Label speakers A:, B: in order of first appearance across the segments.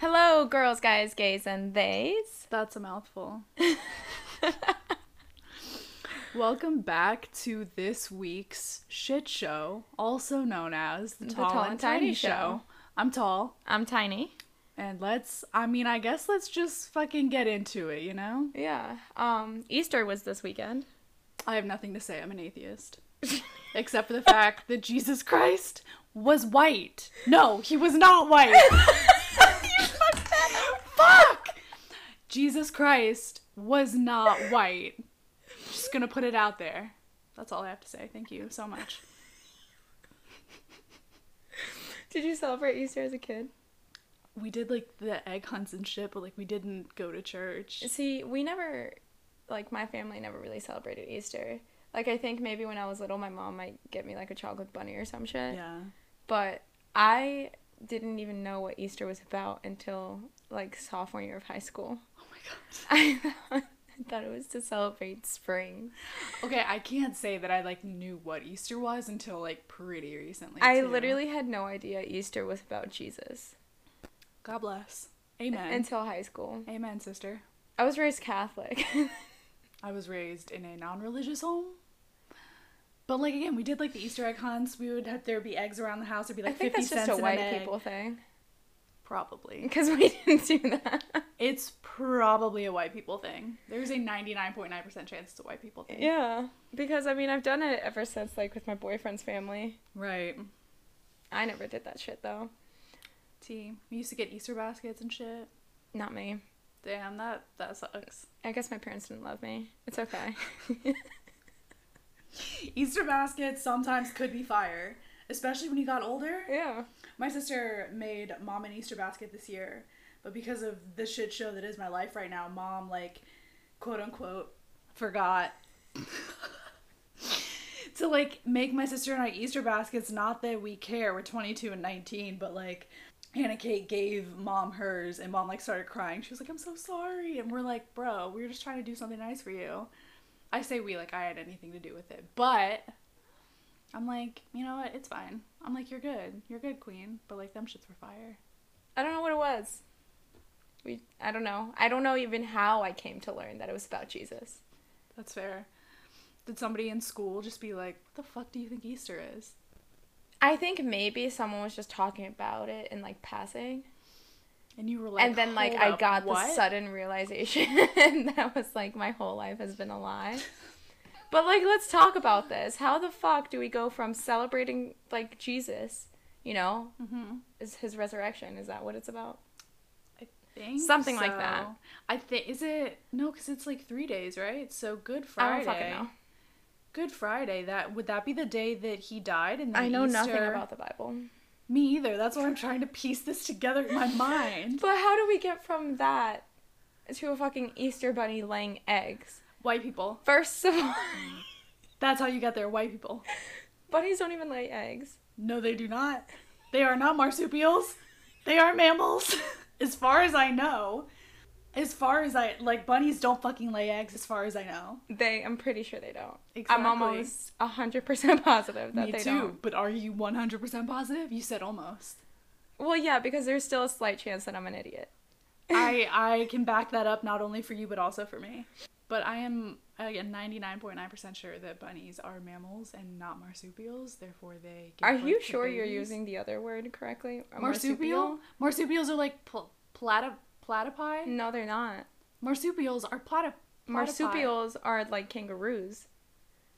A: girls, guys, gays, and theys.
B: That's a mouthful. Welcome back to this week's shit show, also known as the Tall, and, Tiny, show. I'm tall,
A: I'm tiny.
B: and let's, I mean, I guess let's just fucking get into it, you know?
A: Yeah. Um, Easter was this weekend.
B: I have nothing to say, I'm an atheist. Except for the fact that Jesus Christ was white. No, he was not white. Fuck! Jesus Christ was not white. Just gonna put it out there. That's all I have to say. Thank you so much.
A: Did you celebrate Easter as a kid?
B: We did like the egg hunts and shit, but like we didn't go to church.
A: See, we never, like, my family never really celebrated Easter. Like, I think maybe when I was little, my mom might get me, like, a chocolate bunny or some shit.
B: Yeah.
A: But I didn't even know what Easter was about until, like, sophomore year of high school.
B: Oh my god.
A: I thought it was to celebrate spring.
B: Okay, I can't say that I like knew what Easter was until like pretty recently.
A: I
B: too.
A: literally had no idea Easter was about Jesus
B: God bless. Amen.
A: until high school.
B: Amen, sister.
A: I was raised Catholic.
B: I was raised in a non-religious home. But like again, we did like the Easter egg hunts. We would have there be eggs around the house. There'd be
A: I
B: like
A: think
B: fifty
A: that's
B: cents
A: just a
B: in an
A: white
B: egg.
A: people thing
B: Probably.
A: because we didn't do that.
B: It's probably a white people thing. There's a ninety-nine point nine percent chance it's a white people thing.
A: yeah, because I mean I've done it ever since like with my boyfriend's family.
B: Right.
A: I never did that shit though.
B: T. We used to get Easter baskets and shit.
A: Not me.
B: Damn, that that sucks.
A: I guess my parents didn't love me. It's okay.
B: Easter baskets sometimes could be fire, especially when you got older.
A: yeah.
B: My sister made mom an Easter basket this year, but because of the shit show that is my life right now, mom like quote unquote forgot to like make my sister and I Easter baskets. Not that we care, we're 22 and 19, but like Hannah Kate gave mom hers, and mom like started crying. She was like, "I'm so sorry," and we're like, "Bro, we were just trying to do something nice for you." I say we like I had anything to do with it, but I'm like, you know what? It's fine. I'm like, you're good. You're good, queen. But like, them shits were fire.
A: I don't know what it was. We. I don't know. I don't know even how I came to learn that it was about Jesus.
B: That's fair. Did somebody in school just be like, what the fuck do you think Easter is?
A: I think maybe someone was just talking about it and like passing.
B: And you were like,
A: and then like
B: "Hold
A: I
B: up,
A: got
B: what?
A: the sudden realization that was like my whole life has been a lie. But like let's talk about this. How the fuck do we go from celebrating like Jesus, you know,
B: Mhm.
A: is his resurrection? Is that what it's about?
B: I think
A: Something like that.
B: so. I think is it no, because it's like three days, right? So Good Friday.
A: I don't fucking know.
B: Good Friday. That would that be the day that he died? And then
A: I know nothing
B: Easter-
A: about the Bible.
B: me either. That's why I'm trying to piece this together in my mind.
A: But how do we get from that to a fucking Easter bunny laying eggs?
B: White people.
A: First of all,
B: That's how you got there. White people.
A: bunnies don't even lay eggs.
B: No, they do not. They are not marsupials. They are mammals, as far as I know. As far as I like, bunnies don't fucking lay eggs, as far as I know.
A: They I'm pretty sure they don't.
B: Exactly.
A: I'm almost 100% positive that
B: Me
A: they
B: too.
A: don't.
B: But are you 100% positive? You said almost.
A: Well, yeah, because there's still a slight chance that I'm an idiot.
B: I I can back that up not only for you but also for me. But I am again 99.9% sure that bunnies are mammals and not marsupials. Therefore, they. give
A: Are
B: birth
A: you
B: to
A: sure you're
B: babies.
A: using the other word correctly? A
B: marsupial? Marsupials are like pl- plati- platypi.
A: No, they're not.
B: Marsupials are platy- platypi.
A: Marsupials are like kangaroos.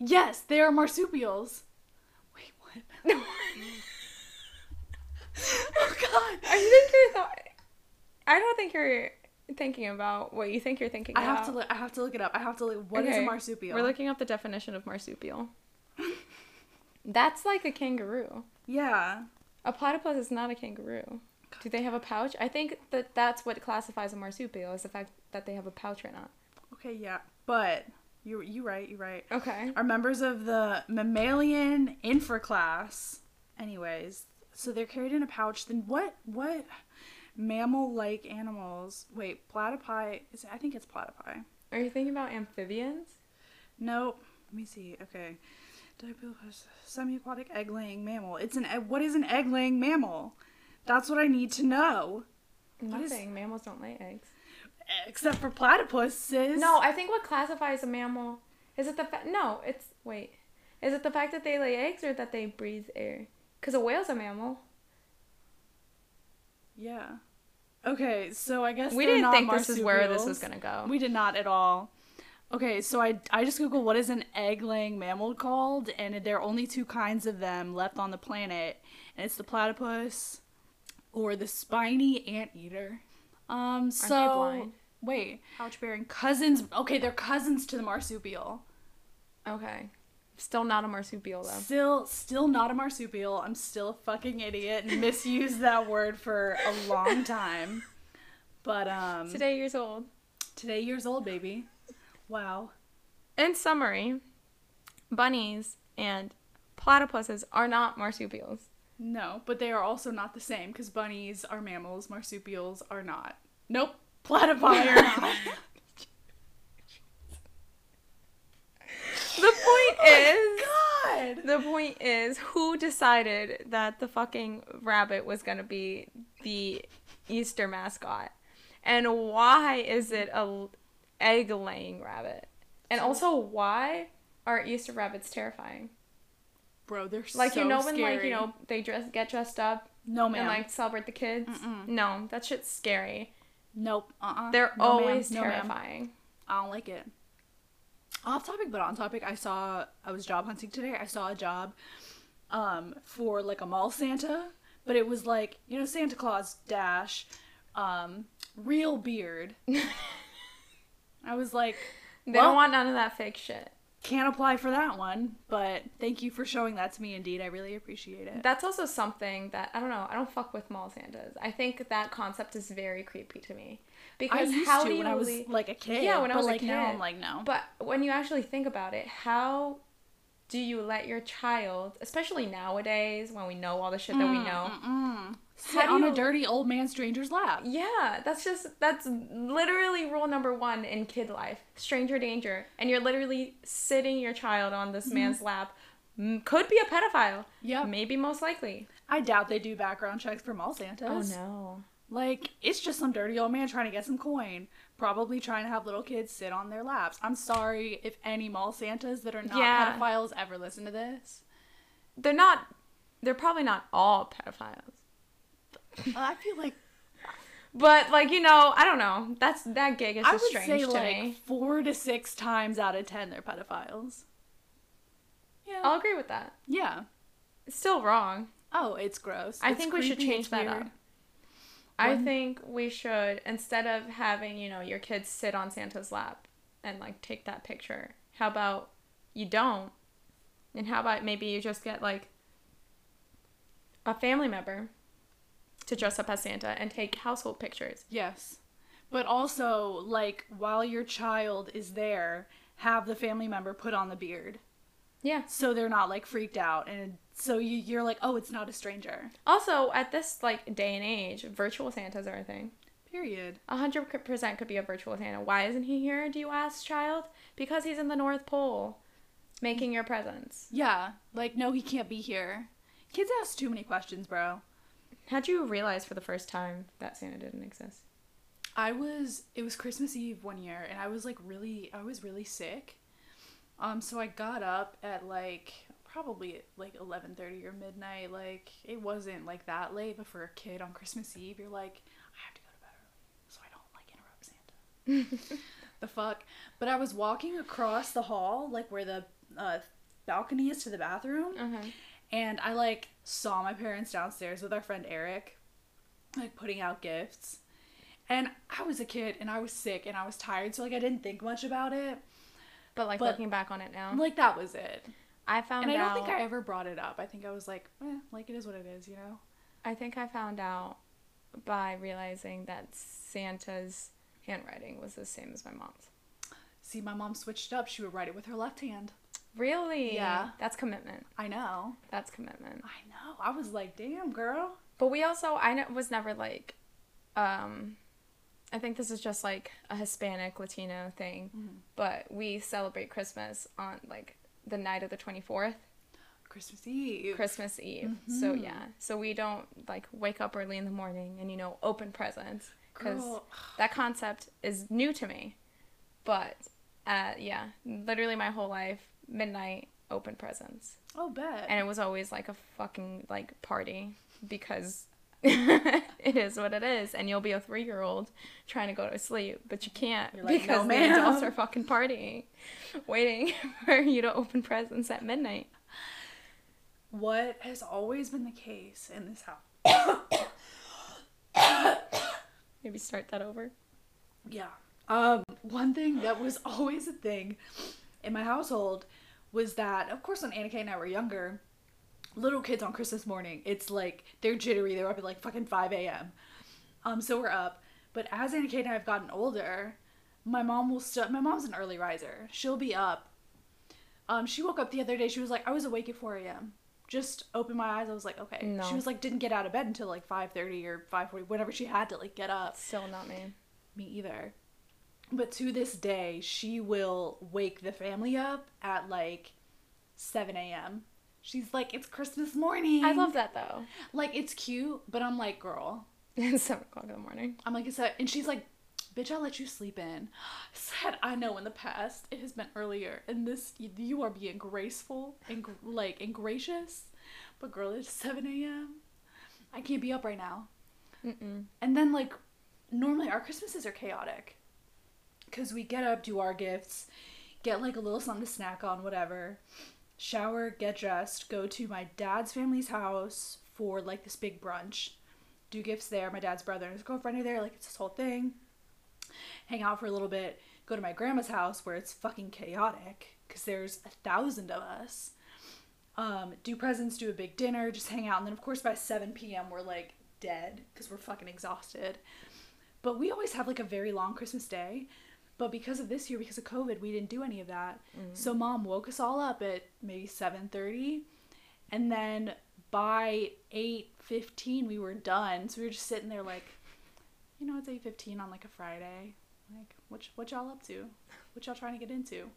B: Yes, they are marsupials. Wait, what? oh god.
A: I think you're. Th- I don't think you're thinking about what you think you're thinking.
B: I have to
A: about.
B: look I have to look it up. I have to look What is
A: Okay,
B: a marsupial?
A: We're looking up the definition of marsupial. That's like a kangaroo.
B: yeah.
A: A platypus is not a kangaroo. Do they have a pouch? I think that that's what classifies a marsupial is the fact that they have a pouch or not.
B: Okay, yeah. But you you right, you right.
A: Okay.
B: Are members of the mammalian infraclass. Anyways, so they're carried in a pouch. Then what what mammal-like animals? Wait, platypi is I think it's platypi.
A: Are you thinking about amphibians?
B: Nope. Let me see. Okay. Diplodocus, semi-aquatic egg-laying mammal. It's an egg. What is an egg-laying mammal? That's what I need to know. What is-
A: Nothing. Mammals don't lay eggs.
B: Except for platypuses.
A: No, I think what classifies a mammal is it the fa- no, it's wait, is it the fact that they lay eggs or that they breathe air? Because a whale's a mammal.
B: Yeah. Okay, so I guess
A: we
B: they're
A: didn't
B: not
A: think this is where this was
B: marsupials.
A: gonna go.
B: We did not at all. Okay, so I, I just googled what is an egg laying mammal called, and there are only two kinds of them left on the planet, and it's the platypus or the spiny anteater. Um, so
A: blind?
B: wait, pouch-bearing cousins. Okay, they're cousins to the marsupial.
A: okay, still not a marsupial though.
B: Still, still not a marsupial. I'm still a fucking idiot and misused that word for a long time. But um,
A: Today years old.
B: today years old, baby. Wow.
A: In summary, bunnies and platypuses are not marsupials.
B: No, but they are also not the same because bunnies are mammals, marsupials are not. Nope, platypi are not.
A: The point is.
B: Oh God!
A: The point is, who decided that the fucking rabbit was gonna be the Easter mascot, and why is it a egg laying rabbit? And also, why are Easter rabbits terrifying?
B: Bro, they're
A: Like
B: so
A: you know when like
B: scary.
A: you know they dress get dressed up
B: no
A: and
B: man,
A: like celebrate the kids.
B: Mm-mm.
A: No, that shit's scary.
B: nope, uh, uh
A: They're
B: no, ma'am.
A: always
B: No, ma'am.
A: terrifying.
B: I don't like it. Off topic, but on topic. I saw I was job hunting today. I saw a job, um, for like a mall Santa, but it was like you know Santa Claus dash, um, real beard. I was like,
A: They
B: Well-
A: don't want none of that fake shit.
B: can't apply for that one, but thank you for showing that to me indeed. I really appreciate it.
A: That's also something that I don't know. I don't fuck with mall Santas. I think that concept is very creepy to me
B: I
A: because
B: used
A: how
B: to
A: do you
B: when I was
A: really-
B: like a kid.
A: Yeah, when I
B: but,
A: was a
B: like now
A: kid.
B: I'm like no.
A: But when you actually think about it, how do you let your child, especially nowadays when we know all the shit
B: Mm,
A: that we know?
B: Mm-mm.
A: How
B: Sit
A: do
B: on a
A: you-
B: dirty old man stranger's lap.
A: Yeah, that's just that's literally rule number 1 in kid life. Stranger danger. And you're literally sitting your child on this man's lap. M- Could be a pedophile.
B: Mm-hmm. Yep.
A: Maybe most likely.
B: I doubt they do background checks for mall Santas.
A: Oh, no.
B: Like it's just some dirty old man trying to get some coin. Probably trying to have little kids sit on their laps. I'm sorry if any mall Santas that are not
A: Yeah.
B: pedophiles ever listen to this.
A: They're not they're probably not all pedophiles.
B: I feel like
A: But like, you know, I don't know. That's that gig is
B: I
A: just
B: would
A: strange
B: say
A: to
B: like
A: me.
B: four to six times out of ten they're pedophiles. Yeah.
A: I'll agree with that.
B: Yeah.
A: It's still wrong.
B: Oh, it's gross.
A: I
B: It's
A: think we should
B: creepy,
A: change
B: it's
A: that
B: weird.
A: up. I
B: One-
A: think we should instead of having, you know, your kids sit on Santa's lap and like take that picture. How about you don't? And how about maybe you just get like a family member to dress up as Santa and take household pictures.
B: Yes. But also, like, while your child is there, have the family member put on the beard
A: Yeah.
B: so they're not like freaked out and so you, you're like, oh, it's not a stranger.
A: Also, at this like day and age, virtual Santas are a thing.
B: Period.
A: A 100% could be a virtual Santa. Why isn't he here, do you ask, child? Because he's in the North Pole making your presents.
B: Yeah. Like, no, he can't be here. Kids ask too many questions, bro.
A: How'd you realize for the first time that Santa didn't exist?
B: I was it was Christmas Eve one year and I was like really I was really sick. Um so I got up at like probably at, like 11:30 or midnight like it wasn't like that late but for a kid on Christmas Eve you're like I have to go to bed early so I don't like interrupt Santa. the fuck but I was walking across the hall like where the uh, balcony is to the bathroom
A: Uh-huh.
B: and I like saw my parents downstairs with our friend Eric, like putting out gifts. And I was a kid and I was sick and I was tired, so like I didn't think much about it.
A: But like
B: But-
A: looking back on it now,
B: Like that was it.
A: I found
B: And I don't
A: out.
B: think I ever brought it up. I think I was like, eh, like it is what it is, you know?
A: I think I found out by realizing that Santa's handwriting was the same as my mom's.
B: See, my mom switched up. She would write it with her left hand.
A: Really?
B: Yeah.
A: That's commitment.
B: I know.
A: That's commitment.
B: I know. I was like, damn, girl.
A: But we also, I ne- was never like, um, I think this is just like a Hispanic Latino thing, but we celebrate Christmas on like the night of the 24th.
B: Christmas Eve.
A: Christmas Eve. So yeah, so we don't like wake up early in the morning and you know open presents because
B: Girl.
A: that concept is new to me. But uh, yeah, literally my whole life, midnight open presents,
B: Oh, bet.
A: and it was always like a fucking like party because. it is what it is, and you'll be a three-year-old trying to go to sleep, but you can't
B: You're like,
A: because
B: "No,
A: the adults
B: ma'am."
A: are fucking partying, waiting for you to open presents at midnight.
B: what has always been the case in this house?
A: Maybe start that over.
B: yeah. Um, one thing that was always a thing in my household was that, of course, when Anna Kay and I were younger, little kids on Christmas morning, it's like they're jittery. They're up at like fucking 5 a.m. Um, so we're up. But as Anna Kay and I have gotten older, my mom will still. My mom's an early riser. She'll be up. Um, she woke up the other day. She was like, I was awake at 4 a.m. Just opened my eyes. I was like, okay.
A: No.
B: She was like, didn't get out of bed until like 5:30 or 5:40, whenever she had to like get up.
A: Still not me.
B: Me either. But to this day, she will wake the family up at like 7 a.m. She's like, it's Christmas morning.
A: I love that though.
B: Like, it's cute, but I'm like, girl.
A: It's seven o'clock in the morning.
B: I'm like, it's a, and she's like, bitch, I let you sleep in. Said, I know in the past it has been earlier, and this, you, you are being graceful and gr- like, and gracious. But girl, it's 7 a.m. I can't be up right now.
A: Mm-mm.
B: And then like normally our Christmases are chaotic. Cause we get up, do our gifts, get like a little something to snack on, whatever. Shower, get dressed, go to my dad's family's house for like this big brunch. Do gifts there. My dad's brother and his girlfriend are there. Like it's this whole thing. Hang out for a little bit. Go to my grandma's house where it's fucking chaotic because there's a thousand of us. Um, do presents, do a big dinner, just hang out. And then, of course, by 7 p.m., we're like dead because we're fucking exhausted. But we always have like a very long Christmas day. But because of this year, because of COVID, we didn't do any of that. So mom woke us all up at maybe 7:30, and then by 8:15 we were done. So we were just sitting there like, you know, it's 8:15 on like a Friday. Like, what y- what y'all up to? What y'all trying to get into?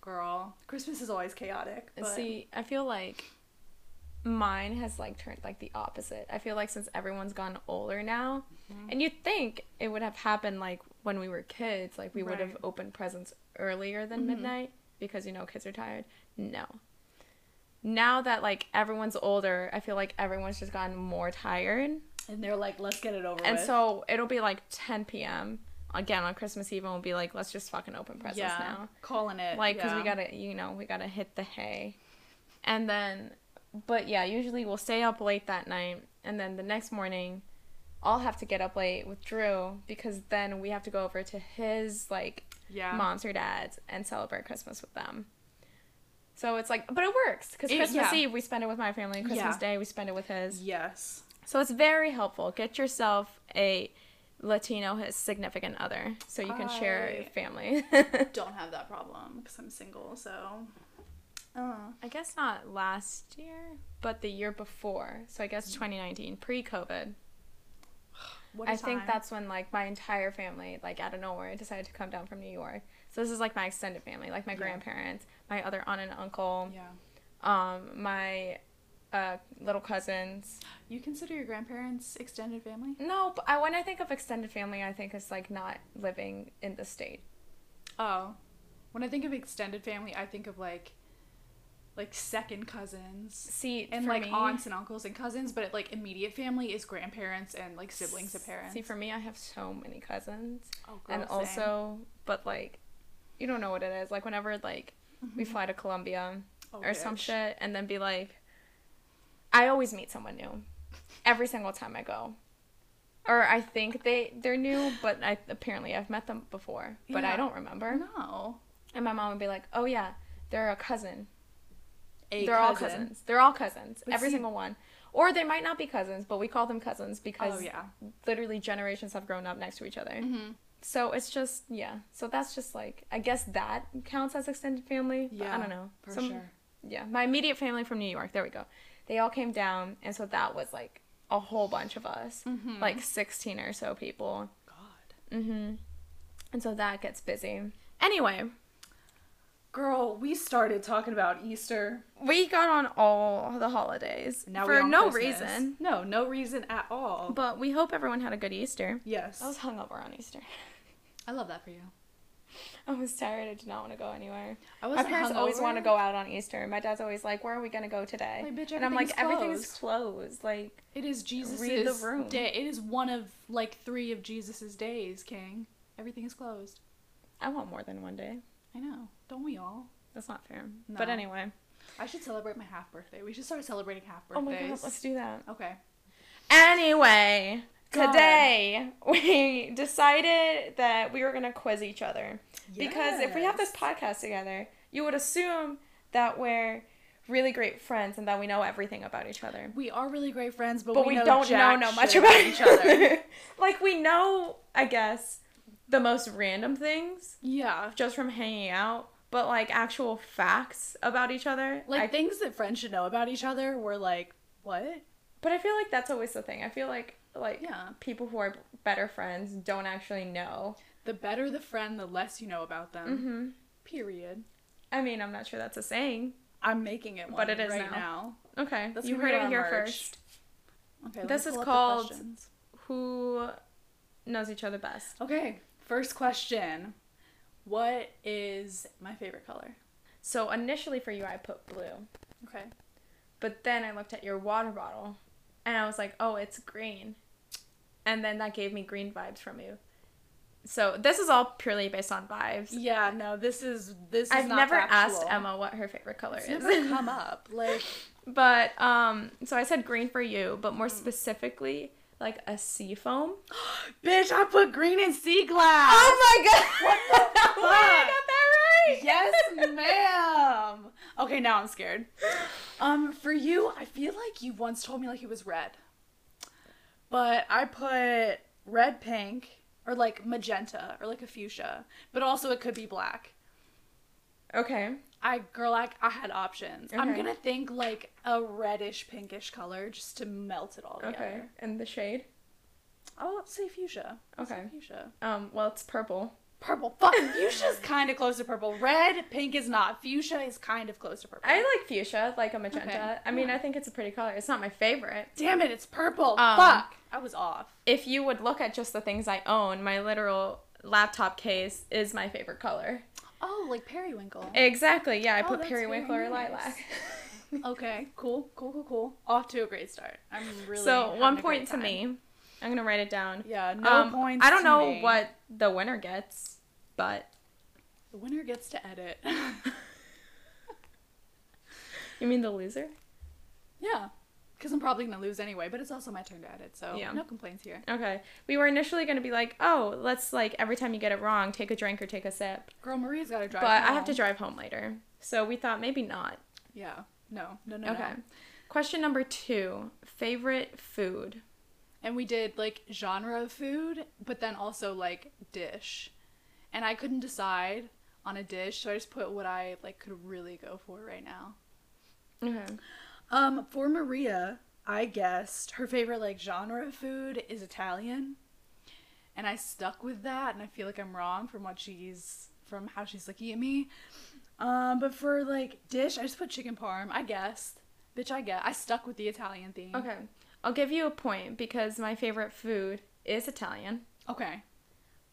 B: Girl, Christmas is always chaotic. But
A: See, I feel like mine has like turned like the opposite. I feel like since everyone's gotten older now,
B: Mm-hmm.
A: and you'd think it would have happened like when we were kids, like we would have
B: Right. Mm-hmm.
A: opened presents earlier than midnight because you know kids are tired. No. Now that like everyone's older, I feel like everyone's just gotten more tired.
B: and they're like, let's get it over
A: And
B: with.
A: so it'll be like 10 p.m. again on Christmas Eve, and we'll be like, let's just fucking open presents
B: yeah,
A: now.
B: calling it
A: Like, because
B: Uh, yeah.
A: we gotta, you know, we gotta hit the hay. And then, but yeah, usually we'll stay up late that night, and then the next morning, I'll have to get up late with Drew because then we have to go over to his, like,
B: yeah.
A: moms or dads and celebrate Christmas with them. So it's like, but it works because
B: It-
A: Christmas
B: yeah.
A: Eve we spend it with my family, Christmas
B: Yeah.
A: Day we spend it with his.
B: Yes.
A: So it's very helpful. Get yourself a Latino his significant other so you can share
B: I-
A: your family.
B: don't have that problem because I'm single. So, uh,
A: I guess not last year, but the year before. So I guess 2019, pre-COVID.
B: Mm-hmm. what a
A: I think
B: time.
A: that's when like my entire family, like out of nowhere, decided to come down from New York. So this is like my extended family, like my
B: Yeah.
A: grandparents, my other aunt and uncle,
B: yeah.
A: um, my uh, little cousins.
B: You consider your grandparents extended family?
A: No, but I, when I think of extended family, I think it's like not living in the state.
B: Oh, when I think of extended family, I think of like, like second cousins
A: See,
B: and
A: for
B: like
A: me-
B: aunts and uncles and cousins. But like immediate family is grandparents and like siblings of parents.
A: See, for me, I have so many cousins,
B: oh,
A: and
B: girl, same.
A: also, but like, you don't know what it is. Like whenever like we fly to Colombia
B: Mm-hmm. Oh,
A: or some
B: bitch.
A: shit, and then be like, I always meet someone new, every single time I go, or I think they they're new, but I apparently I've met them before, but I
B: Yeah.
A: don't remember.
B: No,
A: And my mom would be like, Oh yeah, they're a cousin.
B: a
A: they're all
B: cousin.
A: cousins. They're all cousins.
B: But
A: every
B: see-
A: single one. Or they might not be cousins, but we call them cousins because
B: Oh yeah,
A: literally generations have grown up next to each other.
B: mm-hmm.
A: So it's just yeah. So that's just like I guess that counts as extended family. but I
B: Yeah,
A: don't know.
B: for
A: Some-
B: sure.
A: Yeah, my immediate family from New York. There we go. They all came down, and so that was like a whole bunch of us,
B: Mhm.
A: like sixteen or so people.
B: God.
A: Mm-hmm. And so that gets busy. Anyway,
B: Girl, we started talking about Easter.
A: We got on all the holidays
B: and Now
A: for
B: we're on
A: no
B: Christmas.
A: reason.
B: No, no reason at all.
A: But we hope everyone had a good Easter.
B: yes.
A: I was hungover on Easter.
B: I love that for you.
A: I was tired. I did not want to go anywhere.
B: I
A: My parents always want to go out on Easter. My dad's always like, "Where are we gonna go today?"
B: Like, bitch,
A: and I'm like,
B: everything's
A: "Everything's closed." Like,
B: It is Jesus'
A: Read the room.
B: day. It is one of like three of Jesus's days, King. Everything is closed.
A: I want more than one day.
B: I know. Don't we all?
A: That's not fair.
B: No.
A: But anyway,
B: I should celebrate my half birthday. We should start celebrating half
A: oh
B: birthdays.
A: my god, let's do that.
B: okay.
A: Anyway,
B: God.
A: today we decided that we were gonna quiz each other because if we have this podcast together, you would assume that we're really great friends and that we know everything about each other.
B: we are really great friends, but,
A: but
B: we,
A: we,
B: know
A: don't know
B: jack
A: no
B: shit
A: much about each
B: other.
A: other. like we know, I guess, the most random things
B: yeah,
A: just from hanging out, but like actual facts about each other.
B: like
A: I,
B: things that friends should know about each other. We're like, what?
A: but I feel like that's always the thing. I feel like like
B: Yeah.
A: people who are better friends don't actually know.
B: The better the friend, the less you know about them.
A: hmm
B: Period.
A: I mean, I'm not sure that's a saying.
B: I'm making it, one
A: But it is
B: right
A: now.
B: now.
A: Okay,
B: That's
A: you
B: gonna
A: heard
B: be
A: it
B: on
A: here
B: merch.
A: first.
B: Okay, let
A: This
B: me
A: is
B: pull up the
A: called-
B: questions.
A: Who knows each other best?
B: Okay, first question. What is my favorite color?
A: So initially for you, I put blue,
B: Okay.
A: but then I looked at your water bottle, and I was like, oh, it's green, and then that gave me green vibes from you. So this is all purely based on vibes.
B: Yeah, no, this is this is
A: I've
B: not
A: never asked
B: factual.
A: Emma what her favorite color
B: It's
A: is.
B: never come up. Like
A: But um, so I said green for you, but
B: Mm.
A: more specifically, like a sea foam.
B: Bitch, I put green in sea glass.
A: my god! What the fuck?
B: fuck?
A: that
B: yes, ma'am. Okay, now I'm scared. Um, for you, I feel like you once told me like it was red. But I put red pink or like magenta or like a fuchsia. But also it could be black.
A: Okay.
B: I girl, like I had options. I'm
A: Okay.
B: gonna think like a reddish pinkish color just to melt it all together.
A: Okay. And the shade.
B: I'll say fuchsia. I'll say
A: Okay.
B: fuchsia.
A: Um. Well, it's purple.
B: Purple. Fuck. Fuchsia's kind of close to purple. Red, pink is not. Fuchsia is kind of close to purple.
A: I like fuchsia, like a magenta.
B: Okay.
A: I mean,
B: Yeah.
A: I think it's a pretty color. It's not my favorite.
B: Damn it, it's purple.
A: Um,
B: Fuck. I was off.
A: If you would look at just the things I own, my literal laptop case is my favorite color.
B: Oh, like periwinkle.
A: Exactly. Yeah, I
B: Oh,
A: put
B: that's very
A: periwinkle or
B: nice. Oh,
A: lilac.
B: okay, cool, cool, cool, cool. Off to a great start. I'm really
A: so
B: having a
A: one
B: great
A: point to
B: time.
A: me. I'm gonna write it down.
B: Yeah, no
A: Um,
B: points.
A: I don't
B: to
A: know
B: me.
A: what the winner gets, but
B: the winner gets to edit.
A: you mean the loser?
B: yeah, because I'm probably gonna lose anyway. But it's also my turn to edit, so
A: Yeah.
B: no complaints here.
A: Okay. We were initially going to be like, "Oh, let's like every time you get it wrong, take a drink or take a sip."
B: Girl, Maria's gotta drive.
A: but I have
B: home.
A: to drive home later. So we thought maybe not.
B: Yeah. No. No. No.
A: okay.
B: No.
A: Question number 2, favorite food.
B: And we did like genre of food, but then also like dish, and I couldn't decide on a dish, so I just put what I like could really go for right now.
A: Okay.
B: Um, for Maria, I guessed her favorite like genre of food is Italian, and I stuck with that, and I feel like I'm wrong from what she's from how she's looking at me. Um, but for like dish, I just put chicken parm. I guessed, bitch. I guess I stuck with the Italian theme.
A: Okay. I'll give you a point because my favorite food is Italian,
B: Okay.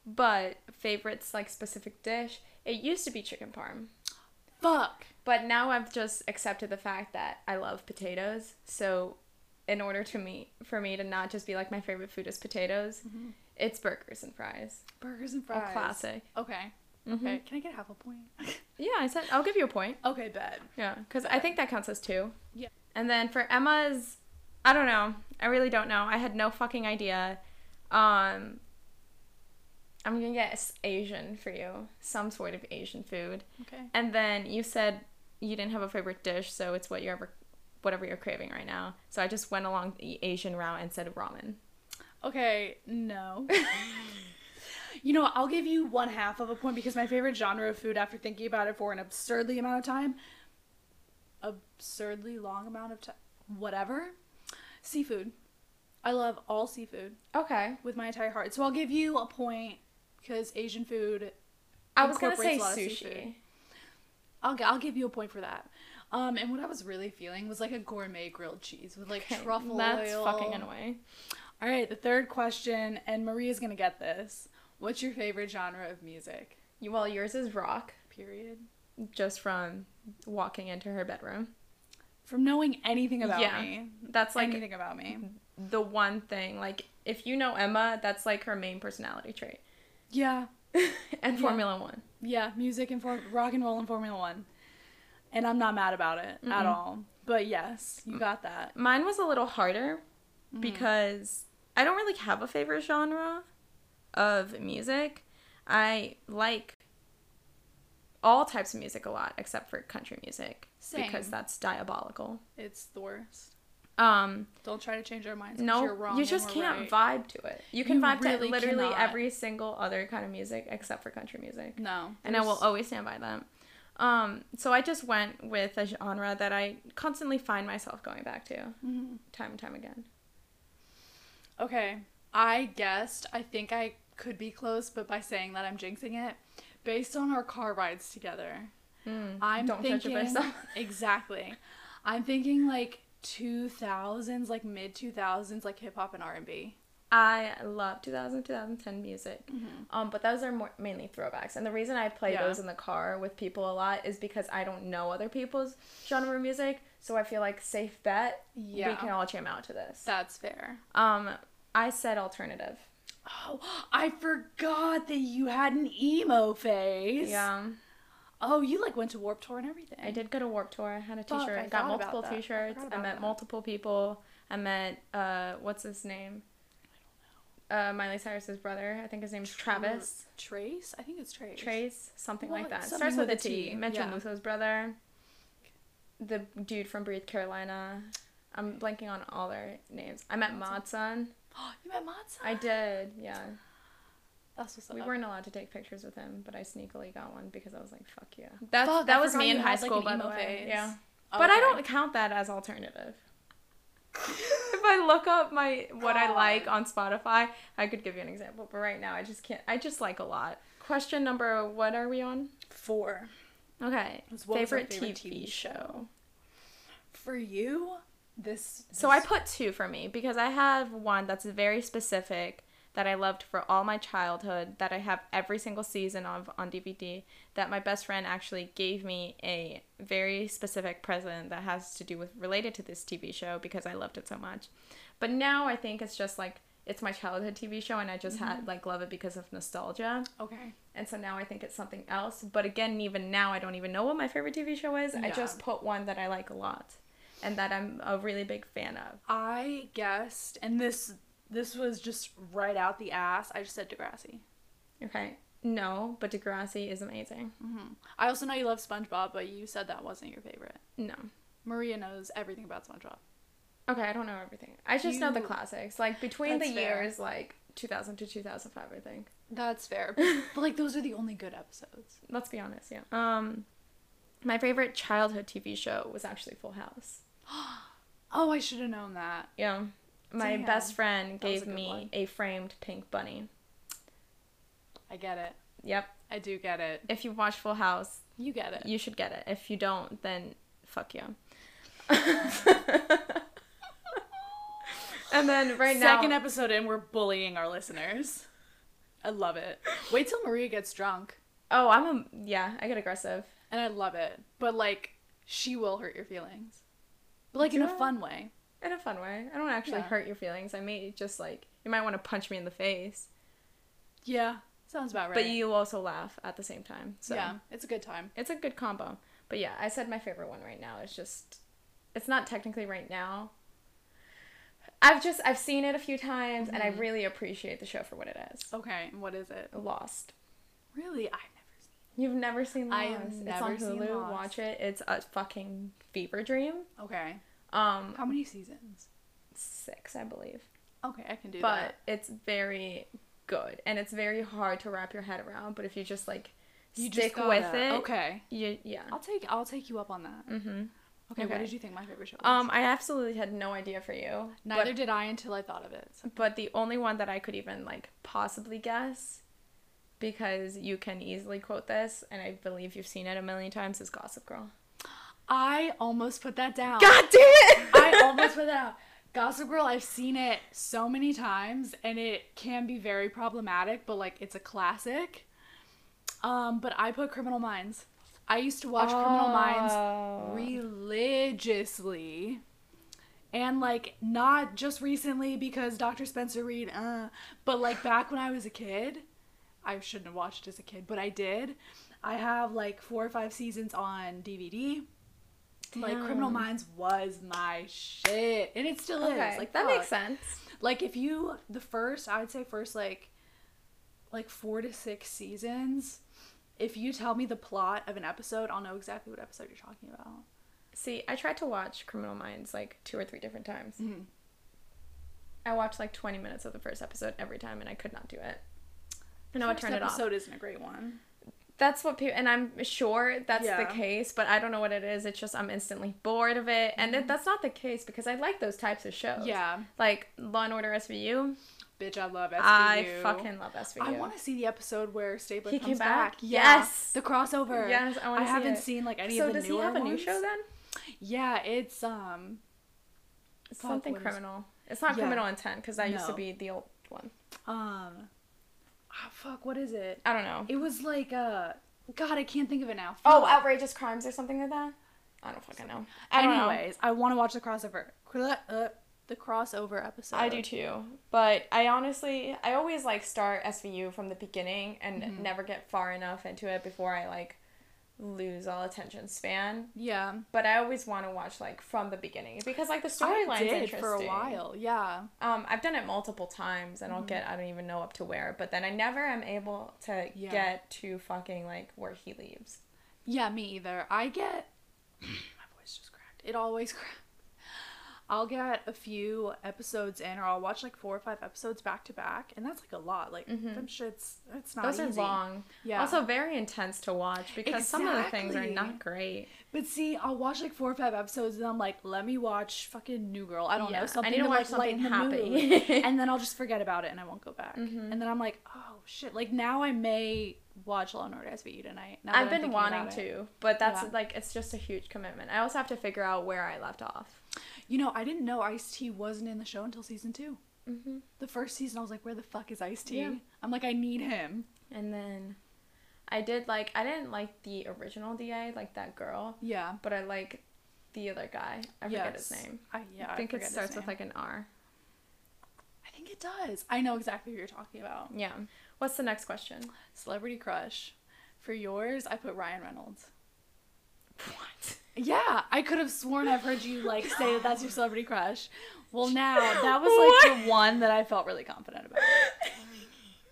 A: but favorites like specific dish, it used to be chicken parm.
B: Fuck.
A: But now I've just accepted the fact that I love potatoes. So, in order to me, for me to not just be like my favorite food is potatoes, it's burgers and fries.
B: Burgers and
A: A
B: fries. Mm-hmm.
A: classic.
B: Okay.
A: Mhm.
B: Okay. Can I get half a point?
A: Yeah, I said I'll give you a point.
B: okay, bet.
A: Yeah, because I think that counts as two.
B: Yeah.
A: And then for Emma's, I don't know. I really don't know. I had no fucking idea. Um, I'm gonna guess Asian for you, some sort of Asian food.
B: Okay.
A: And then you said you didn't have a favorite dish, so it's what you're ever, whatever you're craving right now. So I just went along the Asian route and said ramen.
B: Okay, no. you know, what, I'll give you one half of a point because my favorite genre of food, after thinking about it for an absurdly amount of time, absurdly long amount of time, whatever, seafood. I love all seafood
A: Okay.
B: with my entire heart. So I'll give you a point because Asian food.
A: I was gonna say
B: Incorporates a lot of
A: sushi.
B: seafood. I'll, g- I'll give you a point for that. Um, and what I was really feeling was like a gourmet grilled cheese with like
A: Okay,
B: truffle
A: That's
B: oil.
A: fucking annoying.
B: All right, the third question, and Maria's gonna get this. What's your favorite genre of music?
A: You- Well, yours is rock,
B: Period.
A: just from walking into her bedroom.
B: From knowing anything about
A: Yeah,
B: me,
A: That's like mm-hmm.
B: anything about me.
A: the one thing. Like, if you know Emma, that's like her main personality trait.
B: Yeah,
A: and
B: Yeah.
A: Formula One.
B: yeah, music and for- rock and roll and Formula One, and I'm not mad about it at
A: Mm-mm. Mm.
B: all. But yes, you got that.
A: Mine was a little harder
B: Mhm.
A: because I don't really have a favorite genre of music. I like all types of music a lot except for country music because
B: Same.
A: that's diabolical.
B: It's the worst.
A: Um
B: Don't try to change our minds. 'cause
A: no
B: you're wrong.
A: you
B: and
A: just
B: we're
A: can't
B: right.
A: vibe to it. You can
B: You
A: vibe
B: really
A: to literally
B: cannot.
A: every single other kind of music except for country music.
B: No,
A: and I will
B: there's-
A: always stand by them. Um so I just went with a genre that I constantly find myself going back to
B: Mhm.
A: time and time again.
B: Okay. I guessed. I think I could be close, but by saying that, I'm jinxing it. Based on our car rides together, I'm
A: Don't judge
B: thinking
A: it by yourself.
B: exactly. I'm thinking like 2000s, like mid 2000s, like hip hop and R&B.
A: I love 2000 2010 music. Um, but those are more, mainly throwbacks. And the reason I play
B: Mm-hmm. Yeah.
A: those in the car with people a lot is because I don't know other people's genre of music, so I feel like safe bet we
B: Yeah.
A: can all jam out to this.
B: That's fair.
A: Um, I said alternative.
B: Oh, I forgot that you had an emo phase.
A: Yeah.
B: Oh, you like went to Warp Tour and everything.
A: I did go to Warp Tour. I had a
B: Fuck,
A: t-shirt.
B: I
A: I got
B: thought about
A: multiple
B: that. I
A: t-shirts.
B: forgot
A: I,
B: about
A: met
B: that.
A: multiple people. I met uh what's his name? Uh, Miley Cyrus's brother. I think his name's
B: Tra-
A: Travis.
B: Trace? I think it's Trace.
A: Trace, something
B: Well,
A: like that.
B: something
A: Starts with,
B: with
A: a
B: a
A: T.
B: T,
A: Mitchell
B: yeah.
A: Musso's brother. The dude from Breathe Carolina. I'm blanking on all their names. I met Modson.
B: you met Matza?
A: I did, yeah.
B: That's what's up.
A: We weren't allowed to take pictures with him, but I sneakily got one because I was like, "Fuck yeah." That's,
B: Fuck,
A: that
B: I
A: was
B: forgot
A: me in
B: you
A: high
B: had, like,
A: school,
B: an
A: by the
B: emo
A: way.
B: phase.
A: Yeah,
B: Oh,
A: but I
B: okay.
A: don't count that as alternative. if I look up my what I like on Spotify, I could give you an example, but right now I just can't. I just like a lot. Question number, what are we on?
B: Four.
A: Okay.
B: Was- what was our
A: favorite,
B: favorite
A: TV,
B: TV
A: show.
B: For you, this.
A: So I put two for me because I have one that's very specific that I loved for all my childhood that I have every single season of on DVD that my best friend actually gave me a very specific present that has to do with related to this TV show because I loved it so much. But now I think it's just like it's my childhood TV show and I just had like love it because of nostalgia.
B: Okay.
A: And so now I think it's something else. But again, even now, I don't even know what my favorite TV show is. I
B: Yeah.
A: just put one that I like a lot and that I'm a really big fan of.
B: I guessed, and this this was just right out the ass. I just said Degrassi.
A: Okay. No, but Degrassi is amazing.
B: I also know you love SpongeBob, but you said that wasn't your favorite.
A: No.
B: Maria knows everything about SpongeBob.
A: Okay, I don't know everything. I just know the
B: You-
A: classics. Like between the
B: That's fair.
A: years, like 2000 to 2005, I think.
B: That's fair, but like those are the only good episodes.
A: Let's be honest, yeah. Um, my favorite childhood TV show was actually Full House.
B: Oh, I should have known that.
A: Yeah. My
B: Damn.
A: best friend
B: That was
A: gave
B: a good
A: me
B: one.
A: a framed pink bunny.
B: I get it.
A: Yep.
B: I do get it.
A: If you watch Full House,
B: You get it.
A: you should get it. If you don't, then fuck you. and then right now,
B: Second episode in, we're bullying our listeners. I love it. Wait till Maria gets drunk,
A: oh, I'm a yeah, I get aggressive.
B: and I love it. But like, she will hurt your feelings, but like in
A: Yeah.
B: a fun way.
A: In a fun way. I don't actually
B: Yeah.
A: hurt your feelings. I may just like you might want to punch me in the face,
B: Yeah, sounds about right.
A: but you also laugh at the same time. So
B: yeah, it's a good time.
A: it's a good combo. But yeah, I said my favorite one right now is just it's not technically right now. I've just I've seen it a few times and I
B: Mm-hmm.
A: really appreciate the show for what it is.
B: Okay, and what is it?
A: Lost.
B: Really, I've never seen.
A: You've never seen Lost.
B: I have
A: it's
B: never
A: on
B: seen
A: Hulu.
B: Lost.
A: Watch it. It's a fucking fever dream.
B: Okay,
A: Um,
B: how many seasons?
A: six, I believe.
B: Okay, I can do
A: But it's very good, and it's very hard to wrap your head around. But if you just like
B: that. You just
A: stick
B: got
A: with
B: that.
A: it,
B: Okay,
A: you, yeah.
B: I'll take I'll take you up on that.
A: Mm-hmm.
B: Okay,
A: Okay.
B: what did you think my favorite show was?
A: Um, I absolutely had no idea for you.
B: Neither did I until I thought of it.
A: But, but the only one that I could even like possibly guess because you can easily quote this, and I believe you've seen it a million times, is Gossip Girl.
B: I almost put that down.
A: God damn it!
B: I almost put that out. Gossip Girl, I've seen it so many times and it can be very problematic, but like it's a classic. Um, but I put Criminal Minds. I used to watch Criminal Minds
A: Oh.
B: religiously. And like not just recently because Dr. Spencer Reed, uh, but like back when I was a kid, I shouldn't have watched as a kid, but I did. I have like four or five seasons on DVD. Like Criminal
A: Damn.
B: Minds was my shit, and it still
A: Okay,
B: is. Like
A: that makes
B: fuck.
A: sense.
B: Like if you the first, I would say first like, like four to six seasons. If you tell me the plot of an episode, I'll know exactly what episode you're talking about.
A: See, I tried to watch Criminal Minds like two or three different times.
B: Mhm.
A: I watched like 20 minutes of the first episode every time, and I could not do it. And I would
B: First
A: turn it off.
B: Episode isn't a great one.
A: That's what people, and I'm sure that's the
B: Yeah.
A: case, but I don't know what it is. It's just I'm instantly bored of it, and that that's not the case because I like those types of shows.
B: Mm-hmm. Yeah,
A: like Law and Order SVU.
B: bitch, I love SVU.
A: I fucking love SVU.
B: I want to see the episode where Stabler
A: He
B: comes
A: came back?
B: Yeah.
A: Yes.
B: the crossover.
A: Yes, I wanna see
B: haven't
A: it.
B: seen like any
A: so
B: of the
A: does he
B: newer
A: have a new
B: ones.
A: show then?
B: Yeah, it's um
A: Something
B: what is-
A: criminal. It's not
B: Yeah.
A: criminal intent because that used to
B: No.
A: be the old one.
B: um, oh, fuck, what is it?
A: I don't know.
B: It was like uh, God, I can't think of it now.
A: Oh,
B: Fuck.
A: outrageous crimes or something like that. I don't fucking know. I don't know.
B: Anyways, I want to watch the crossover. Cl- uh, the crossover episode.
A: I do too, but I honestly, I always like start SVU from the beginning and
B: Mm-hmm.
A: never get far enough into it before I like lose all attention span.
B: Yeah,
A: But I always want to watch like from the beginning because like the
B: I
A: storyline's
B: did
A: interesting.
B: for a while. Mm-hmm. Yeah,
A: Um, I've done it multiple times and I'll get I don't even know up to where, but then I never am able to
B: Yeah.
A: get to fucking like where he leaves.
B: yeah, me either. I get my voice just cracked. It always cracked. I'll get a few episodes in, or I'll watch like four or five episodes back to back, and that's like a lot. Like them shits, it's not
A: Mm-hmm. Those
B: easy.
A: are long.
B: Yeah.
A: Also very intense to watch because some of the things are
B: Exactly.
A: not great.
B: But see, I'll watch like four or five episodes, and I'm like, let me watch fucking New Girl. I don't
A: Yeah, I
B: know something
A: need to
B: to,
A: watch
B: like,
A: something
B: lighten the
A: happy. Mm-hmm.
B: mood. and then I'll just forget about it, and I won't go back. And then I'm like, oh shit! Like now, I may watch Law and Order SVU tonight. now that I'm
A: I've been
B: thinking about
A: wanting
B: it.
A: to, but that's
B: Yeah.
A: like it's just a huge commitment. I also have to figure out where I left off.
B: You know, I didn't know Ice T wasn't in the show until season 2 The first season, I was like, where the fuck is Ice T?
A: Mm-hmm. Yeah.
B: am like, I need him.
A: And then I did like I didn't like the original DA, like that girl,
B: Yeah.
A: but I like the other guy. I forget his
B: Yes.
A: name.
B: I, yeah,
A: I think it
B: forget his
A: starts with
B: name.
A: like an R.
B: I think it does. I know exactly who you're talking about.
A: Yeah. What's the next question?
B: Celebrity crush. For yours, I put Ryan Reynolds.
A: What?
B: Yeah, I could have sworn I've heard you like say that that's your celebrity crush. Well, now that was like the one that I felt really confident about.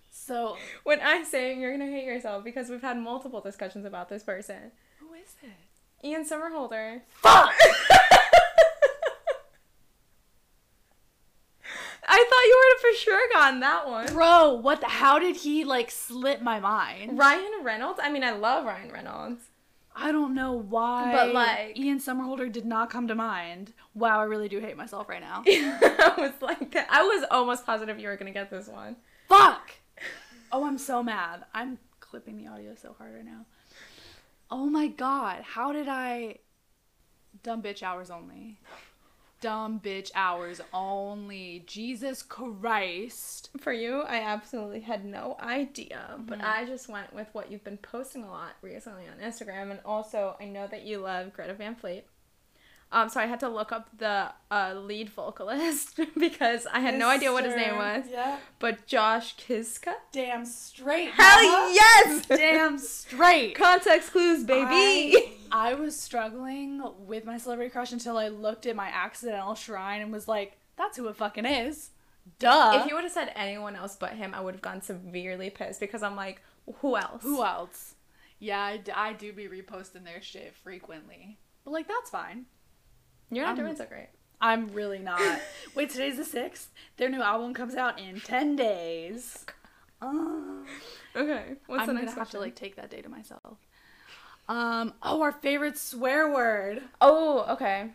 B: So
A: When I say you're gonna hate yourself because we've had multiple discussions about this person.
B: who is it?
A: Ian Somerhalder.
B: Fuck!
A: I thought you would have for sure gotten that one.
B: Bro, what? The, how did he like slip my mind?
A: Ryan Reynolds. I mean, I love Ryan Reynolds.
B: I don't know why.
A: But, like-
B: Ian Somerhalder did not come to mind. Wow, I really do hate myself right now.
A: I was like that. I was almost positive you were gonna get this one.
B: Fuck! Oh, I'm so mad. I'm clipping the audio so hard right now. Oh my god, how did I. Dumb bitch hours only. Dumb bitch hours only. Jesus Christ.
A: For you, I absolutely had no idea, but I just went with what you've been posting a lot recently on Instagram, and also I know that you love Greta Van Fleet. Um, so I had to look up the uh, lead vocalist because I had no idea what his name was.
B: Yeah.
A: But Josh Kiska.
B: Damn straight.
A: Hell
B: mama.
A: yes!
B: Damn straight.
A: Context clues, baby.
B: I, I was struggling with my celebrity crush until I looked at my accidental shrine and was like, that's who it fucking is. Duh.
A: if you would have said anyone else but him, I would have gone severely pissed because I'm like, who else?
B: Who else? Yeah, I, d- I do be reposting their shit frequently. But, like, that's fine.
A: You're not
B: I'm-
A: doing so great.
B: I'm really not. Wait, today's the 6th? Their new album comes out in 10 days. Uh,
A: Okay. What's
B: I'm
A: the
B: gonna
A: next
B: have
A: question?
B: to, like, take that day to myself. Um, oh, our favorite swear word.
A: oh, okay.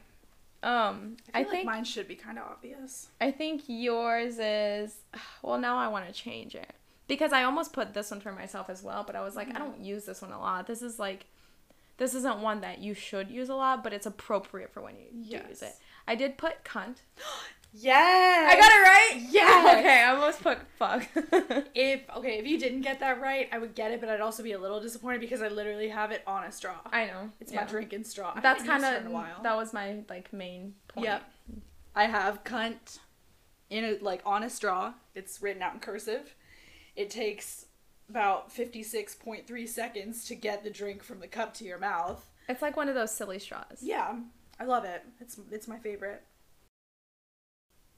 A: Um, I, think
B: mine should be kind of obvious.
A: I think yours is. Well, now I want to change it because I almost put this one for myself as well, but I was like, I don't use this one a lot. This is like, this isn't one that you should use a lot, but it's appropriate for when you do use it.
B: Yes.
A: I did put cunt.
B: Yes.
A: I got it right.
B: Yes.
A: okay, I almost put fuck.
B: If okay, if you didn't get that right, I would get it, but I'd also be a little disappointed because I literally have it on a straw.
A: I know.
B: It's
A: yeah.
B: my drinking straw. I
A: That's kind
B: haven't used it in a while.
A: of that was my like main point.
B: Yep. I have cunt in a like on a straw. It's written out in cursive. It takes about 56.3 seconds to get the drink from the cup to your mouth.
A: It's like one of those silly straws.
B: Yeah, I love it. It's it's my favorite.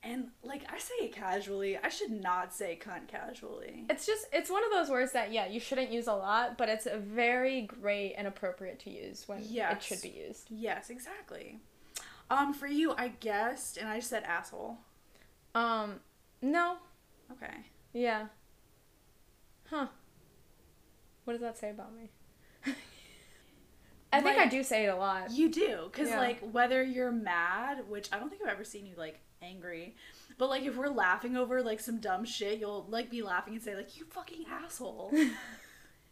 B: And like I say it casually. I should not say cunt casually.
A: It's just it's one of those words that yeah, you shouldn't use a lot, but it's a very great and appropriate to use when it
B: Yes.
A: should be used.
B: Yes, exactly. Um for you, I guessed and I said asshole.
A: Um no.
B: Okay.
A: Yeah. Huh. What does that say about me? I think I
B: Like-
A: do say it a lot.
B: You do, because
A: Yeah.
B: like whether you're mad, which I don't think I've ever seen you like angry, but like if we're laughing over like some dumb shit, you'll like be laughing and say like you fucking asshole.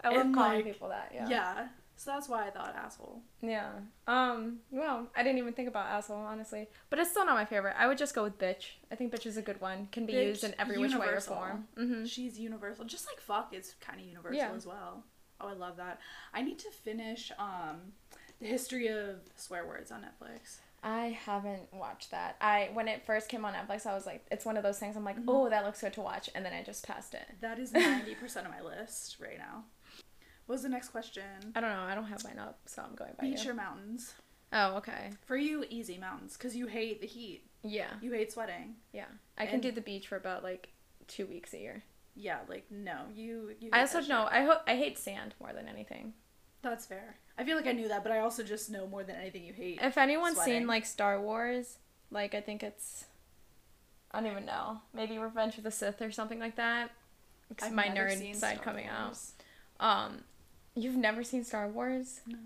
A: I love
B: and,
A: calling
B: like,
A: people that,
B: yeah.
A: yeah.
B: So that's why I thought asshole.
A: Yeah. Um, well, I didn't even think about asshole, honestly. But it's still not my favorite. I would just go with bitch. I think bitch is a good one. Can be
B: Bitch,
A: used in every which way or
B: universal.
A: form. hmm
B: She's universal, just like fuck is kind of universal
A: Yeah.
B: as well. Oh, I love that. I need to finish um the history of swear words on Netflix.
A: I haven't watched that. I when it first came on Netflix, I was like, it's one of those things I'm like, oh, that looks good to watch, and then I just passed it.
B: That is ninety percent of my list right now. What was the next question?
A: I don't know. I don't have mine up, so I'm going by
B: Beach
A: you.
B: or mountains?
A: Oh, okay. For
B: you easy mountains because you hate the heat
A: Yeah,
B: you hate sweating
A: yeah. I can
B: And-
A: do the beach for about like two weeks a year.
B: yeah like no you, you hate
A: I
B: that
A: also
B: shit.
A: know I ho- I hate sand more than anything.
B: that's fair i feel like i knew that but i also just know more than anything you hate
A: If anyone's
B: sweating.
A: seen like Star Wars, like I think it's, I don't even know, maybe Revenge of the Sith or something like that. It's
B: I've
A: my
B: never
A: nerd
B: seen
A: side
B: Star
A: coming
B: Wars.
A: out. Um, you've never seen Star Wars?
B: no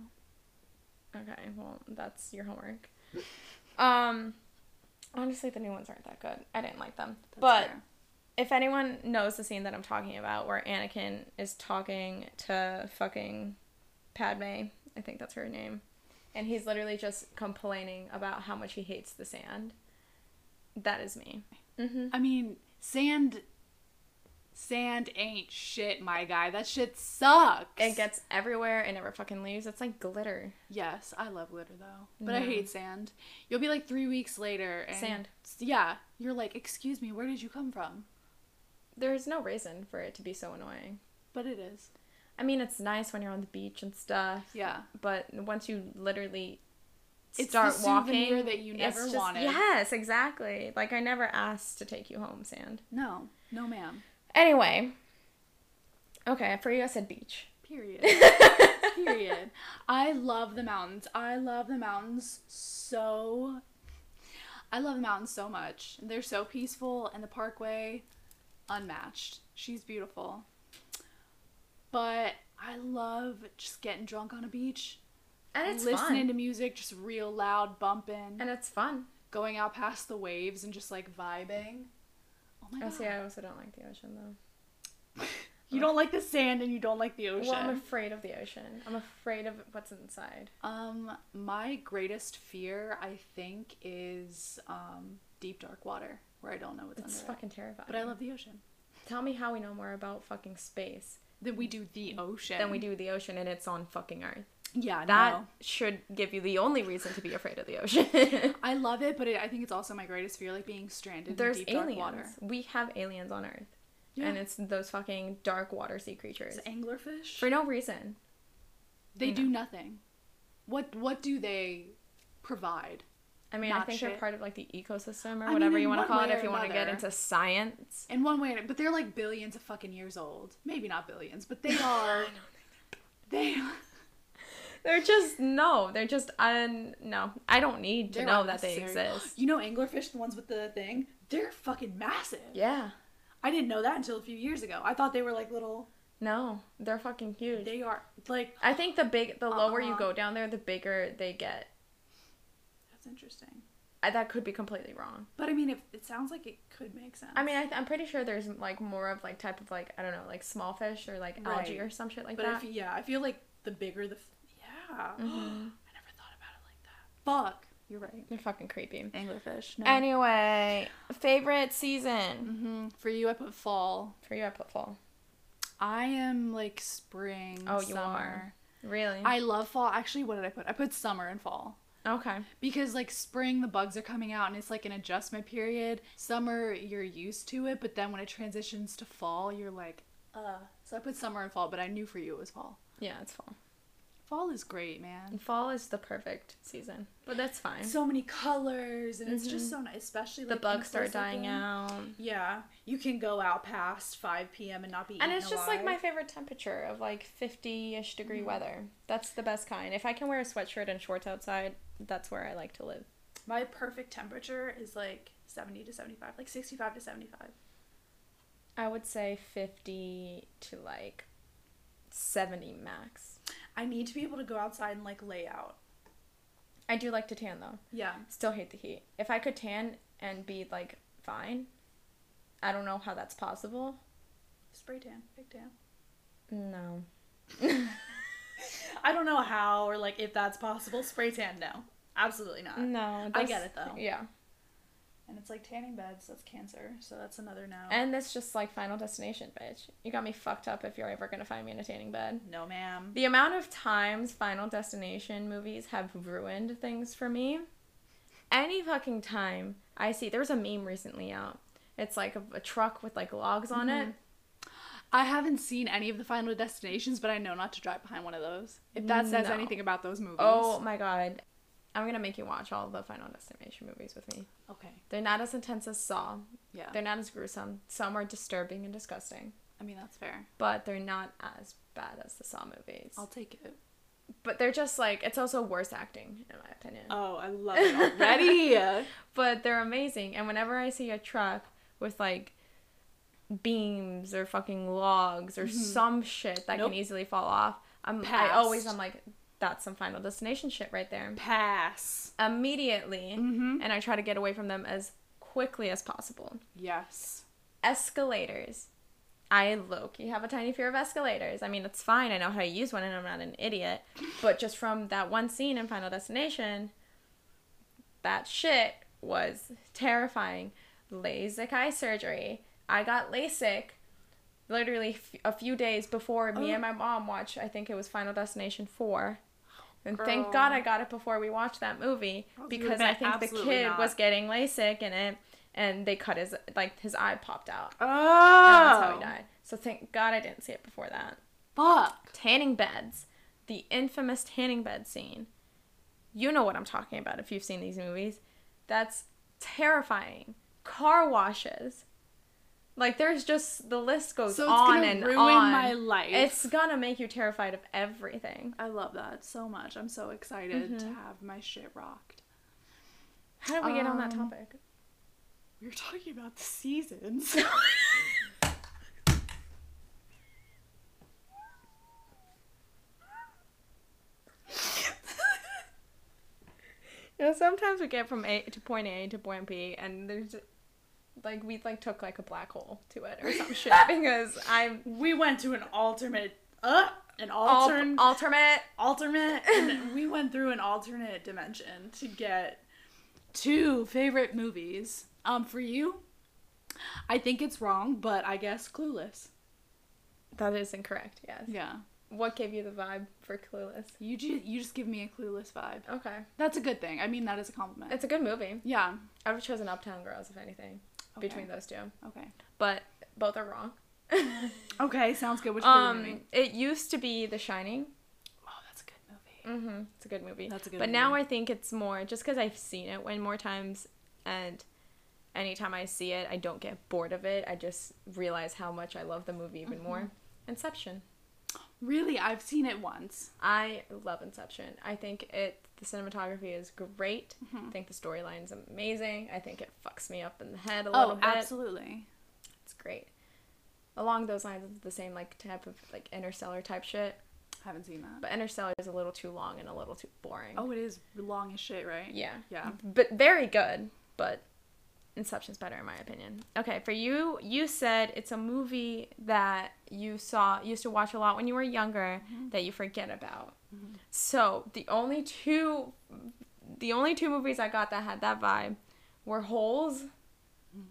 A: Okay, well that's your homework. um, honestly, the new ones aren't that good. I didn't like them,
B: that's
A: but.
B: fair.
A: If anyone knows the scene that I'm talking about, where Anakin is talking to fucking Padme, I think that's her name, and he's literally just complaining about how much he hates the sand. That is me. Mm-hmm.
B: i mean sand sand ain't shit my guy that shit sucks
A: It gets everywhere. It never fucking leaves. It's like glitter.
B: yes i love glitter though but i
A: No.
B: hate sand you'll be like three weeks later and
A: Sand.
B: yeah you're like excuse me where did you come from
A: There's no reason for it to be so annoying.
B: but it is
A: I mean, it's nice when you're on the beach and stuff,
B: yeah
A: but once you literally
B: It's
A: start
B: the souvenir
A: walking,
B: that you
A: it's
B: never
A: just-
B: wanted.
A: Yes, exactly. Like I never asked to take you home, sand.
B: no no ma'am
A: Anyway. Okay, for you I said beach.
B: Period. Period. I love the mountains. I love the mountains so. I love the mountains so much. They're so peaceful, and the parkway, unmatched. She's beautiful. But I love just getting drunk on a beach,
A: And it's
B: listening
A: fun.
B: to music, just real loud bumping,
A: and it's fun.
B: going out past the waves and just like vibing. Oh my
A: Oh,
B: god!
A: see, I also don't like the ocean though.
B: You don't like the sand, and you don't like the ocean.
A: Well, I'm afraid of the ocean. I'm afraid of what's inside.
B: Um, my greatest fear, I think, is um deep dark water where I don't know what's
A: It's
B: under.
A: fucking terrifying.
B: it. But I love the ocean.
A: Tell me how we know more about fucking space
B: Then we do the ocean.
A: than we do the ocean, and it's on fucking Earth.
B: Yeah,
A: That
B: no.
A: should give you the only reason to be afraid of the ocean.
B: I love it, but it, I think it's also my greatest fear, like being stranded
A: There's
B: in deep
A: aliens.
B: dark water.
A: We have aliens on Earth,
B: Yeah.
A: and it's those fucking dark water sea creatures
B: It's anglerfish.
A: for no reason.
B: they do nothing. What What do they provide?
A: I mean, I
B: Not
A: think
B: shit.
A: they're part of like the ecosystem or
B: mean,
A: whatever
B: in
A: you want to
B: one
A: call it.
B: way or
A: If you want to get
B: another.
A: into science,
B: In one way, but they're like billions of fucking years old. Maybe not billions, but they are. they.
A: they're just no, they're just un. No, I don't need to
B: they're
A: know that they
B: unnecessary.
A: exist.
B: You know anglerfish, the ones with the thing? They're fucking massive.
A: Yeah,
B: I didn't know that until a few years ago. I thought they were like little.
A: no, they're fucking huge.
B: They are like.
A: I think the big, the lower you
B: Uh-uh.
A: go down there, the bigger they get.
B: That's interesting.
A: I, that could be completely wrong.
B: But I mean, it, it sounds like it could make sense.
A: I mean, I th- I'm pretty sure there's like more of like type of like I don't know like small fish or like algae
B: Right.
A: or some shit like
B: but
A: that.
B: if yeah, I feel like the bigger the f- yeah. I never
A: Mhm.
B: thought about it like that. Fuck, you're right.
A: They're fucking creepy.
B: Anglerfish. No.
A: Anyway, favorite season
B: hmm For you, I put fall.
A: for you? I put fall.
B: I am like spring.
A: Oh, you
B: summer.
A: are. Really?
B: I love fall. Actually, what did I put? I put summer and fall.
A: okay.
B: because like spring the bugs are coming out and it's like an adjustment period summer you're used to it but then when it transitions to fall you're like uh so i put summer and fall but i knew for you it was fall
A: Yeah, it's fall.
B: fall is great man
A: And fall is the perfect season, but that's fine.
B: so many colors and it's just so nice especially
A: Mm-hmm. the
B: like, in
A: bugs start
B: first
A: dying
B: second.
A: out,
B: yeah you can go out past 5 p.m and not be
A: and
B: eaten
A: it's just like my
B: alive.
A: favorite temperature of like fifty-ish degree weather. That's the best kind. If I can wear a sweatshirt and shorts outside, that's where I like to live.
B: my perfect temperature is like 70 to 75 like 65 to 75
A: I would say fifty to like seventy max.
B: i need to be able to go outside and like lay out
A: I do like to tan though.
B: yeah
A: Still hate the heat. If I could tan and be like fine, I don't know how that's possible.
B: spray tan big tan
A: No.
B: I don't know how or like if that's possible. Spray tan, no, absolutely
A: Uh,
B: not.
A: No.
B: I
A: that's-
B: get it, though.
A: Yeah.
B: And it's like tanning beds. That's cancer, so that's another no.
A: And that's just like Final Destination, bitch. You got me fucked up if you're ever gonna find me in a tanning bed.
B: no, ma'am.
A: The amount of times Final Destination movies have ruined things for me. Any fucking time I see, there was a meme recently out. It's like a, a truck with like logs on
B: Mm-hmm.
A: it.
B: I haven't seen any of the Final Destinations, but I know not to drive behind one of those. If that says
A: No.
B: anything about those movies.
A: Oh my god. I'm gonna make you watch all the Final Destination movies with me.
B: okay.
A: They're not as intense as Saw.
B: Yeah.
A: They're not as gruesome. Some are disturbing and disgusting,
B: I mean, that's fair.
A: but they're not as bad as the Saw movies.
B: I'll take it.
A: but they're just like it's also worse acting in my opinion
B: Oh, I love it already.
A: but they're amazing and whenever i see a truck with like beams or fucking logs or some shit that
B: Mm-hmm. Nope.
A: can easily fall off i'm i
B: Passed.
A: always i'm like that's some final destination shit right there
B: Pass. Mm-hmm.
A: immediately and i try to get away from them as quickly as possible
B: Yes.
A: escalators i loki have a tiny fear of escalators i mean it's fine i know how to use one and i'm not an idiot but just from that one scene in final destination that shit was terrifying lasik eye surgery i got lasik literally f- a few days before me
B: Oh.
A: and my mom watched i think it was final destination 4 and
B: Girl.
A: thank god i got it before we watched that movie
B: Oh, you
A: because
B: would've
A: i
B: been
A: think the
B: absolutely
A: kid
B: not.
A: was getting lasik in it and they cut his like his eye popped out.
B: Oh.
A: And that's how he died. So thank God I didn't see it before that.
B: Fuck.
A: Tanning beds, the infamous tanning bed scene. You know what I'm talking about if you've seen these movies. That's terrifying. Car washes. Like there's just the list goes
B: So it's
A: on
B: gonna
A: and
B: ruin
A: on.
B: my life.
A: It's gonna make you terrified of everything.
B: I love that so much. I'm so excited to have my shit rocked.
A: How did we get on that
B: Um,
A: topic?
B: We were talking about the seasons.
A: You know, sometimes we get from A to point A to point B, and there's like we like took like a black hole to it or some shit because I'm
B: we went to an alternate, uh, an
A: all
B: alternate,
A: alternate.
B: alternate, and we went through an alternate dimension to get two favorite movies. Um, for you, I think it's wrong, but I guess Clueless.
A: That is incorrect. Yes.
B: Yeah,
A: What gave you the vibe for Clueless?
B: you ju- you just give me a Clueless vibe.
A: Okay,
B: That's a good thing. I mean that is a compliment.
A: it's a good movie.
B: yeah.
A: I would have chosen Uptown Girls if anything
B: Okay.
A: between those two,
B: Okay.
A: but both are wrong.
B: Okay, sounds good. Which
A: Um, it used to be The Shining.
B: Oh, that's a good movie.
A: Mm-hmm. It's a good movie.
B: That's a good
A: But now I think it's more just because I've seen it way more times, and anytime I see it, I don't get bored of it. I just realize how much I love the movie
B: Mm-hmm.
A: even more. Inception.
B: Really, I've seen it once.
A: I love Inception. I think it. The cinematography is great.
B: Mm-hmm.
A: I think the storyline is amazing. I think it fucks me up in the head a little
B: Oh,
A: bit.
B: absolutely.
A: It's great. Along those lines, it's the same like type of like interstellar type shit.
B: Haven't seen that.
A: But Interstellar is a little too long and a little too boring.
B: Oh, it is long as shit, right?
A: Yeah.
B: Yeah.
A: But very good, but Inception's better in my opinion. Okay, for you, you said it's a movie that you saw used to watch a lot when you were younger
B: Mm-hmm.
A: that you forget about. So, the only two the only two movies I got that had that vibe were Holes
B: Mm-hmm.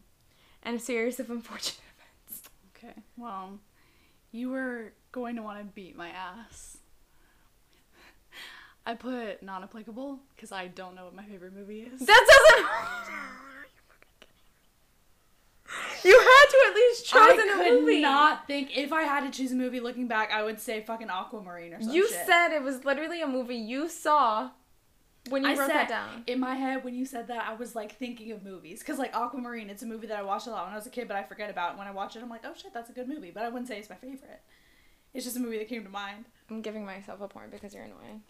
A: and A Series of Unfortunate Events.
B: Okay. Well, you were going to want to beat my ass. I put non applicable because I don't know what my favorite movie is.
A: That doesn't You had to at least chosen
B: I
A: a
B: could
A: movie.
B: not think if I had to choose a movie looking back, I would say fucking Aquamarine or something.
A: You said it was literally a movie you saw when you
B: I
A: wrote
B: said
A: that down.
B: in my head when you said that I was like thinking of movies because like Aquamarine, it's a movie that I watched a lot when I was a kid, but I forget about. It. When I watch it, I'm like, oh shit, that's a good movie, but I wouldn't say it's my favorite. It's just a movie that came to mind.
A: I'm giving myself a point because you're annoying.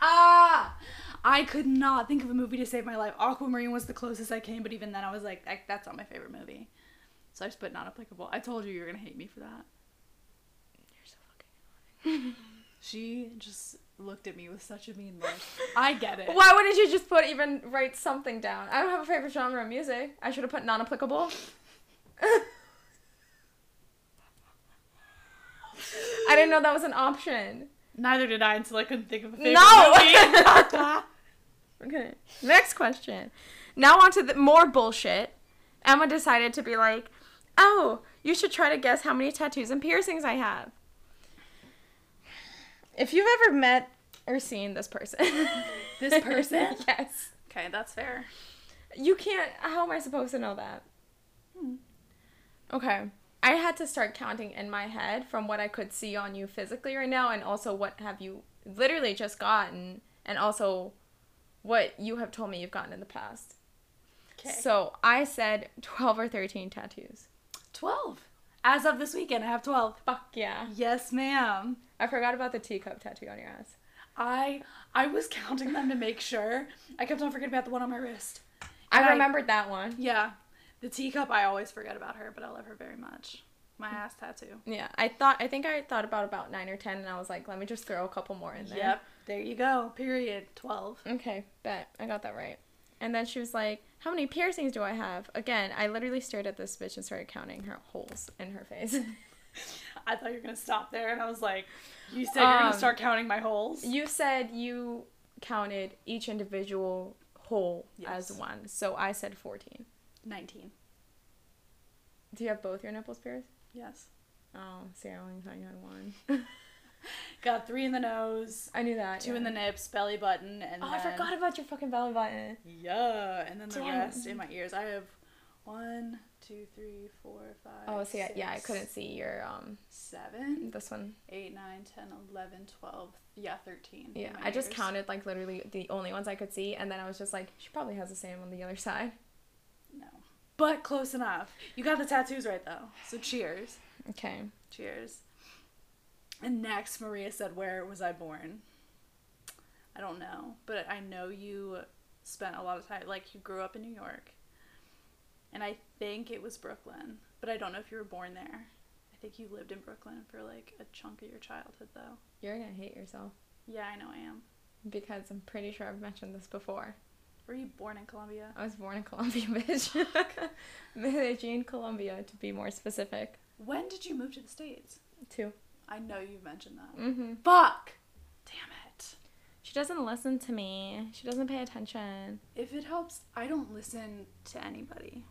B: Ah, I could not think of a movie to save my life. Aquamarine was the closest I came, but even then, I was like, I, that's not my favorite movie. So I just put not applicable. I told you you were gonna hate me for that.
A: You're so fucking.
B: She just looked at me with such a mean look. I get it.
A: Why wouldn't you just put even write something down? I don't have a favorite genre of music. I should have put non-applicable. I didn't know that was an option.
B: Neither did I until I couldn't think of a favorite
A: No!
B: movie.
A: Okay. Next question. Now on to the more bullshit. Emma decided to be like, "Oh, you should try to guess how many tattoos and piercings I have." If you've ever met or seen this person,
B: This person?
A: yes,
B: okay, that's fair.
A: you can't. How am I supposed to know that? Hmm. Okay. I had to start counting in my head from what I could see on you physically right now and also what have you literally just gotten and also what you have told me you've gotten in the past.
B: Okay.
A: So I said 12 or 13 tattoos.
B: 12. As of this weekend, I have 12.
A: Fuck yeah.
B: Yes, ma'am.
A: I forgot about the teacup tattoo on your ass.
B: I I was counting them to make sure. I kept on forgetting about the one on my wrist. And
A: I
B: I-
A: remembered that one.
B: Yeah. The teacup, I always forget about her, but I love her very much. My ass tattoo.
A: Yeah, I thought I think I thought about about 9 or 10 and I was like, let me just throw a couple more in there.
B: Yep. There you go. Period. 12.
A: Okay, bet. I got that right. And then she was like, How many piercings do I have? Again, I literally stared at this bitch and started counting her holes in her face.
B: I thought you were going to stop there, and I was like, you said you're going
A: Um,
B: to start counting my holes?
A: you said you counted each individual hole
B: Yes.
A: as one. So I said 14.
B: 19.
A: Do you have both your nipples pierced?
B: Yes.
A: Oh, see, I only thought you had one.
B: Got three in the nose,
A: I knew that.
B: two in
A: yeah.
B: the nips, belly button, and
A: Oh, I
B: then-
A: forgot about your fucking belly button.
B: Yeah, and then the
A: Damn.
B: rest in my ears. I have one, two, three, four, five.
A: Oh, see, I, yeah, I
B: six,
A: couldn't see your um
B: Seven,
A: this one.
B: eight, nine, ten, eleven, twelve. Yeah, thirteen. in
A: Yeah,
B: my
A: I just
B: ears.
A: counted like literally the only ones I could see, and then I was just like, she probably has the same on the other side.
B: No, but close enough. You got the tattoos right though. So cheers,
A: Okay.
B: cheers. And next, Maria said, "Where was I born?" I don't know, but I know you spent a lot of time. Like you grew up in New York, and I think it was Brooklyn, but I don't know if you were born there. I think you lived in Brooklyn for like a chunk of your childhood, though.
A: You're gonna hate yourself
B: Yeah, I know I am.
A: because I'm pretty sure I've mentioned this before.
B: Were you born in Columbia?
A: I was born in Colombia, bitch. Medellin, Colombia, to be more specific.
B: When did you move to the states?
A: Two.
B: I know you've mentioned that.
A: Mm-hmm.
B: Fuck. Damn it.
A: She doesn't listen to me. She doesn't pay attention.
B: If it helps, I don't listen to anybody.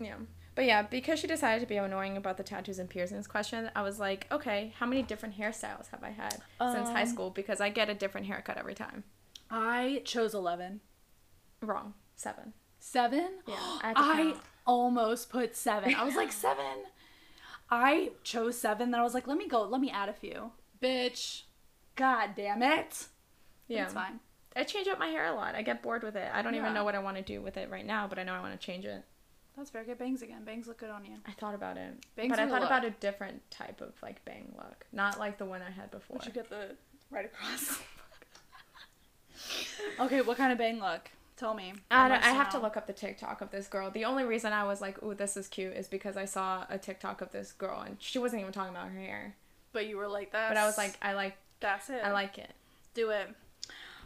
A: Yeah. But yeah, because she decided to be annoying about the tattoos and piercings question, I was like, okay, how many different hairstyles have I had since high
B: Um,
A: school? Because I get a different haircut every time.
B: I chose 11.
A: Wrong. Seven.
B: Seven?
A: Yeah, I
B: I,
A: had to count.
B: almost put seven. I was like, seven. I chose seven. Then I was like, let me go. Let me add a few. Bitch. God damn it.
A: Yeah.
B: It's fine.
A: I change up my hair a lot. I get bored with it. I don't
B: Yeah.
A: even know what I want to do with it right now, but I know I want to change it.
B: That's fair. Get bangs again. Bangs look good on you.
A: I thought about it,
B: Bangs
A: but I
B: are
A: thought
B: look.
A: about a different type of like bang look, not like the one I had before.
B: Would you get the right across? okay, what kind of bang look? Tell me.
A: I, don't-
B: must
A: I have to
B: know.
A: look up the TikTok of this girl. The only reason I was like, "Ooh, this is cute," is because I saw a TikTok of this girl, and she wasn't even talking about her hair.
B: but you were like that.
A: But I was like, I like,
B: that's it.
A: I like it.
B: do it.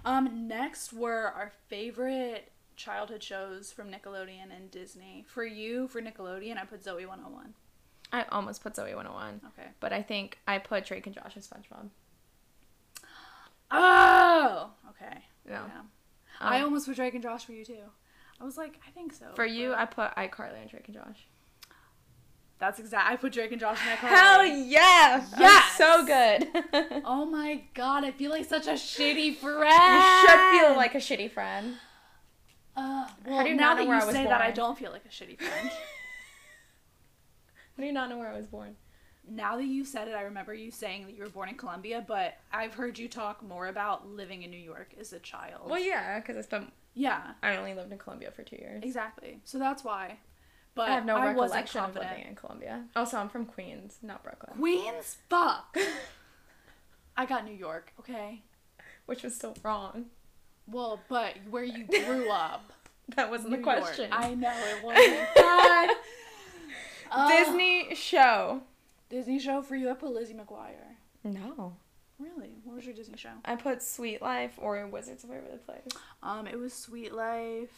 B: Um, next were our favorite childhood shows from Nickelodeon and Disney. For you, for Nickelodeon, I put Zoe 101.
A: I almost put Zoe 101,
B: Okay.
A: but I think I put Drake and Josh as SpongeBob.
B: Oh. Okay.
A: No,
B: Yeah.
A: Um,
B: I almost put Drake and Josh for you too. I was like, I think so.
A: for you,
B: but-
A: I put iCarly and Drake and Josh.
B: that's exact. I put Drake and Josh in that
A: Hell
B: category.
A: yeah!
B: Yes!
A: so good.
B: Oh my god, I feel like such a shitty friend.
A: you should feel like a shitty friend.
B: Uh, well,
A: do you
B: now
A: not know
B: that
A: where
B: you
A: I was
B: say that, I
A: born?
B: don't feel like a shitty friend.
A: How do you not know where I was born?
B: now that you said it, I remember you saying that you were born in Colombia, but I've heard you talk more about living in New York as a child.
A: Well, yeah, because I spent.
B: yeah,
A: I only lived in Colombia for two years.
B: exactly. So that's why. But
A: I have no
B: wasn't
A: recollection of
B: confident.
A: living in Colombia. Also, I'm from Queens, not Brooklyn,
B: Queens, fuck. I got New York, okay.
A: which was still wrong.
B: Well, but where you grew up,
A: That wasn't
B: New
A: the
B: York.
A: question.
B: I Uh, know it wasn't. God. Ugh.
A: Disney show.
B: Disney show for you. I put Lizzie McGuire.
A: No,
B: Really? What was your Disney show?
A: I put Sweet Life or Wizards of Waverly Place.
B: Um, it was Sweet Life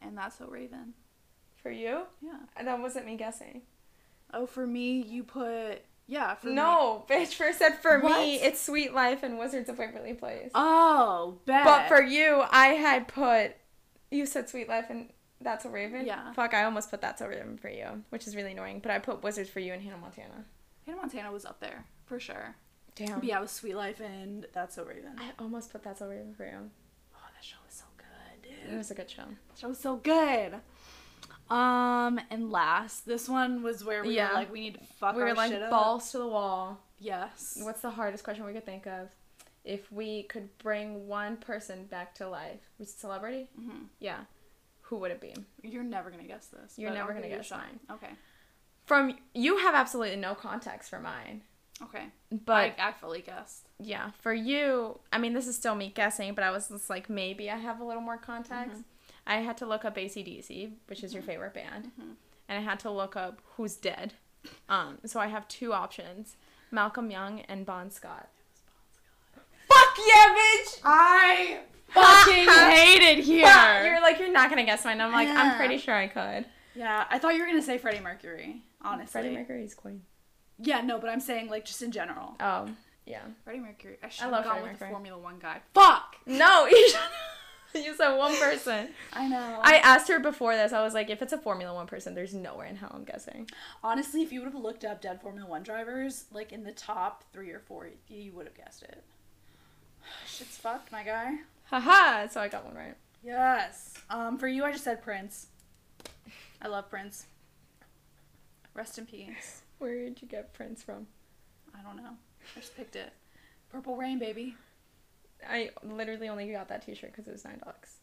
B: and That's So Raven.
A: For you,
B: Yeah.
A: that wasn't me guessing.
B: Oh, for me, you put yeah. For Me.
A: no, bitch. First said for
B: What?
A: me, it's Sweet Life and Wizards of Waverly Place.
B: Oh, bet.
A: But for you, I had put. You said Sweet Life and That's a Raven.
B: Yeah.
A: Fuck, I almost put That's a Raven for you, which is really annoying. But I put Wizards for you and Hannah Montana.
B: Hannah Montana was up there for sure.
A: Damn.
B: But yeah, it was Sweet Life and That's So Raven. Oh,
A: I almost put That's a Raven for you.
B: that show was so good,
A: It
B: dude.
A: was a good show.
B: That show was so good. Um, and last, this one was where we
A: Yeah.
B: were like, we need to fuck
A: we were
B: our
A: like
B: shit up.
A: balls to the wall.
B: Yes.
A: What's the hardest question we could think of? If we could bring one person back to life, was it celebrity?
B: hmm
A: Yeah. Who would it be?
B: You're never gonna guess this.
A: You're
B: but
A: never
B: I'll
A: gonna
B: give you a
A: guess
B: shot.
A: mine.
B: Okay.
A: From you have absolutely no context for mine,
B: Okay.
A: but
B: I, I fully guessed.
A: yeah, for you, I mean, this is still me guessing, but I was just like, maybe I have a little more context. I had to look up ACDC, which is your favorite band, and I had to look up who's dead. Um, so I have two options Malcolm Young and Bon Scott. Fuck yeah, bitch!
B: I fucking hated
A: Yeah.
B: here.
A: You're like, you're not gonna guess mine. I'm like, I'm
B: Yeah.
A: pretty sure I could.
B: Yeah, I thought you were gonna say Freddie Mercury. Honestly.
A: Freddie Mercury's queen.
B: Yeah, no, but I'm saying like just in general.
A: Oh, yeah.
B: Freddie Mercury. I should
A: love
B: have gone
A: Freddie
B: with
A: Mercury.
B: the Formula One guy. Fuck.
A: No, you should- you said one person.
B: I know.
A: I asked her before this. I was like, if it's a Formula One person, there's nowhere in hell I'm guessing.
B: honestly, if you would have looked up dead Formula One drivers, like in the top three or four, you would have guessed it. Shit's fucked, my guy.
A: Haha. So I got one right.
B: Yes. Um, for you, I just said Prince. I love Prince. Rest in peace.
A: Where did you get Prince from?
B: I don't know. I just picked it. Purple Rain, baby.
A: I literally only got that T-shirt because it was nine dollars.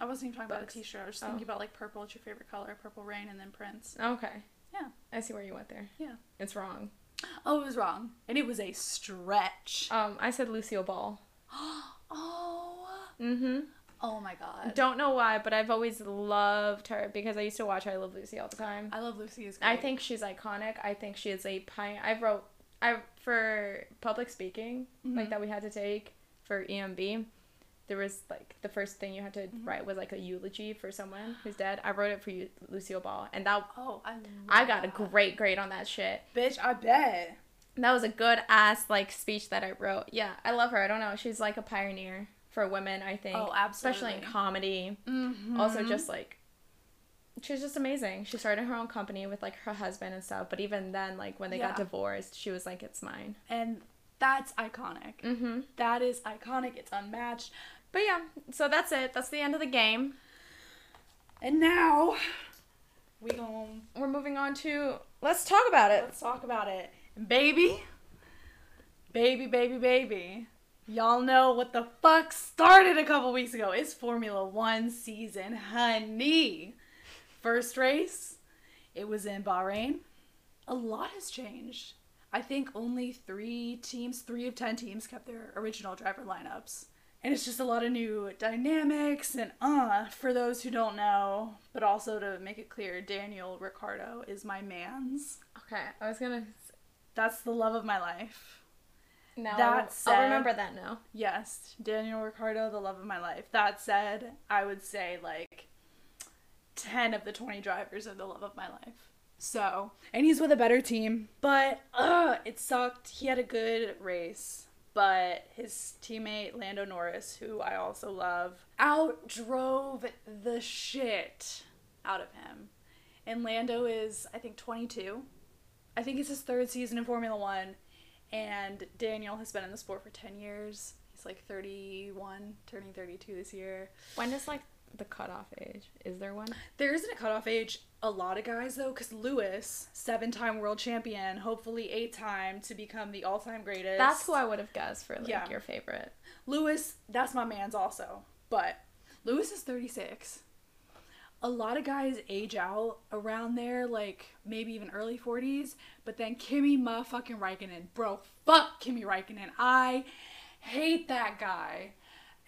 B: I wasn't even talking about
A: Bucks.
B: a t-shirt. I was just
A: Oh.
B: thinking about like purple. It's your favorite color. Purple Rain, and then Prince.
A: Okay.
B: Yeah.
A: I see where you went there.
B: Yeah.
A: It's wrong.
B: Oh, it was wrong, and it was a stretch.
A: Um, I said Lucille Ball.
B: Oh.
A: Mm-hmm.
B: Oh my God.
A: Don't know why, but I've always loved her because I used to watch I Love Lucy all the time.
B: I love Lucy. Is
A: I
B: great.
A: think she's iconic. I think she is a pioneer. I wrote I for public speaking like
B: Mhm.
A: that we had to take for EMB. There was like the first thing you had to
B: Mm-hmm.
A: write was like a eulogy for someone who's dead. I wrote it for you, Lucille Ball, and that
B: Oh, I. Love
A: I got a
B: that.
A: great grade on that shit.
B: bitch. I bet.
A: And That was a good ass like speech that I wrote. Yeah, I love her. I don't know. She's like a pioneer for women. I think.
B: Oh,
A: Especially in
B: absolutely.
A: comedy.
B: Mm-hmm.
A: Also, just like she's just amazing. She started her own company with like her husband and stuff. But even then, like when they got
B: Yeah.
A: divorced, she was like, "It's mine."
B: and that's iconic.
A: Mm-hmm.
B: That is iconic. It's unmatched.
A: But yeah, so that's it. That's the end of the game.
B: And now, we gon'
A: We're moving on to let's talk about it.
B: Let's talk about it. Baby, baby, baby, baby. Y'all know what the fuck started a couple weeks ago. It's Formula One season, honey. First race, it was in Bahrain. A lot has changed. I think only three teams, three of ten teams, kept their original driver lineups. And it's just a lot of new dynamics and uh, for those who don't know, but also to make it clear, Daniel Ricciardo is my man's.
A: Okay, I was gonna.
B: That's the love of my life.
A: now
B: That
A: I'll, I'll
B: said-
A: remember that now.
B: Yes, Daniel Ricardo, the love of my life. That said, I would say like 10 of the 20 drivers are the love of my life. So, and he's with a better team, but uh, it sucked. He had a good race, but his teammate Lando Norris, who I also love, outdrove the shit out of him. And Lando is, I think, 22. I think it's his third season in Formula One, and Daniel has been in the sport for 10 years. He's like 31, turning 32 this year.
A: When is like the cutoff age? Is there one?
B: There isn't a cutoff age. A lot of guys, though, because Lewis, seven time world champion, hopefully eight time to become the all time greatest.
A: That's who I would have guessed for like
B: Yeah.
A: your favorite.
B: Lewis, that's my man's also. But Lewis is 36. A lot of guys age out around there, like maybe even early 40s. But then Kimi motherfucking Raikkonen, bro, fuck Kimi Raikkonen. I hate that guy.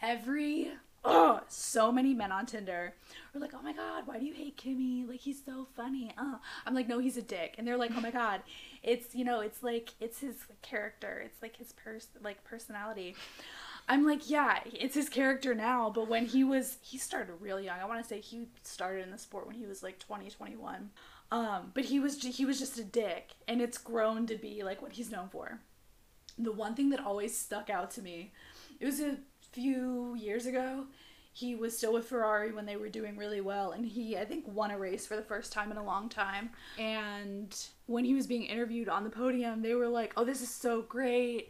B: Every, oh, so many men on Tinder are like, oh my god, why do you hate Kimmy? Like he's so funny. Uh. I'm like, no, he's a dick. And they're like, oh my god, it's you know, it's like it's his character. It's like his pers like personality. I'm like, yeah, it's his character now, but when he was he started real young. I want to say he started in the sport when he was like 20, 21. Um, but he was ju- he was just a dick and it's grown to be like what he's known for. The one thing that always stuck out to me, it was a few years ago. He was still with Ferrari when they were doing really well and he I think won a race for the first time in a long time. And when he was being interviewed on the podium, they were like, "Oh, this is so great."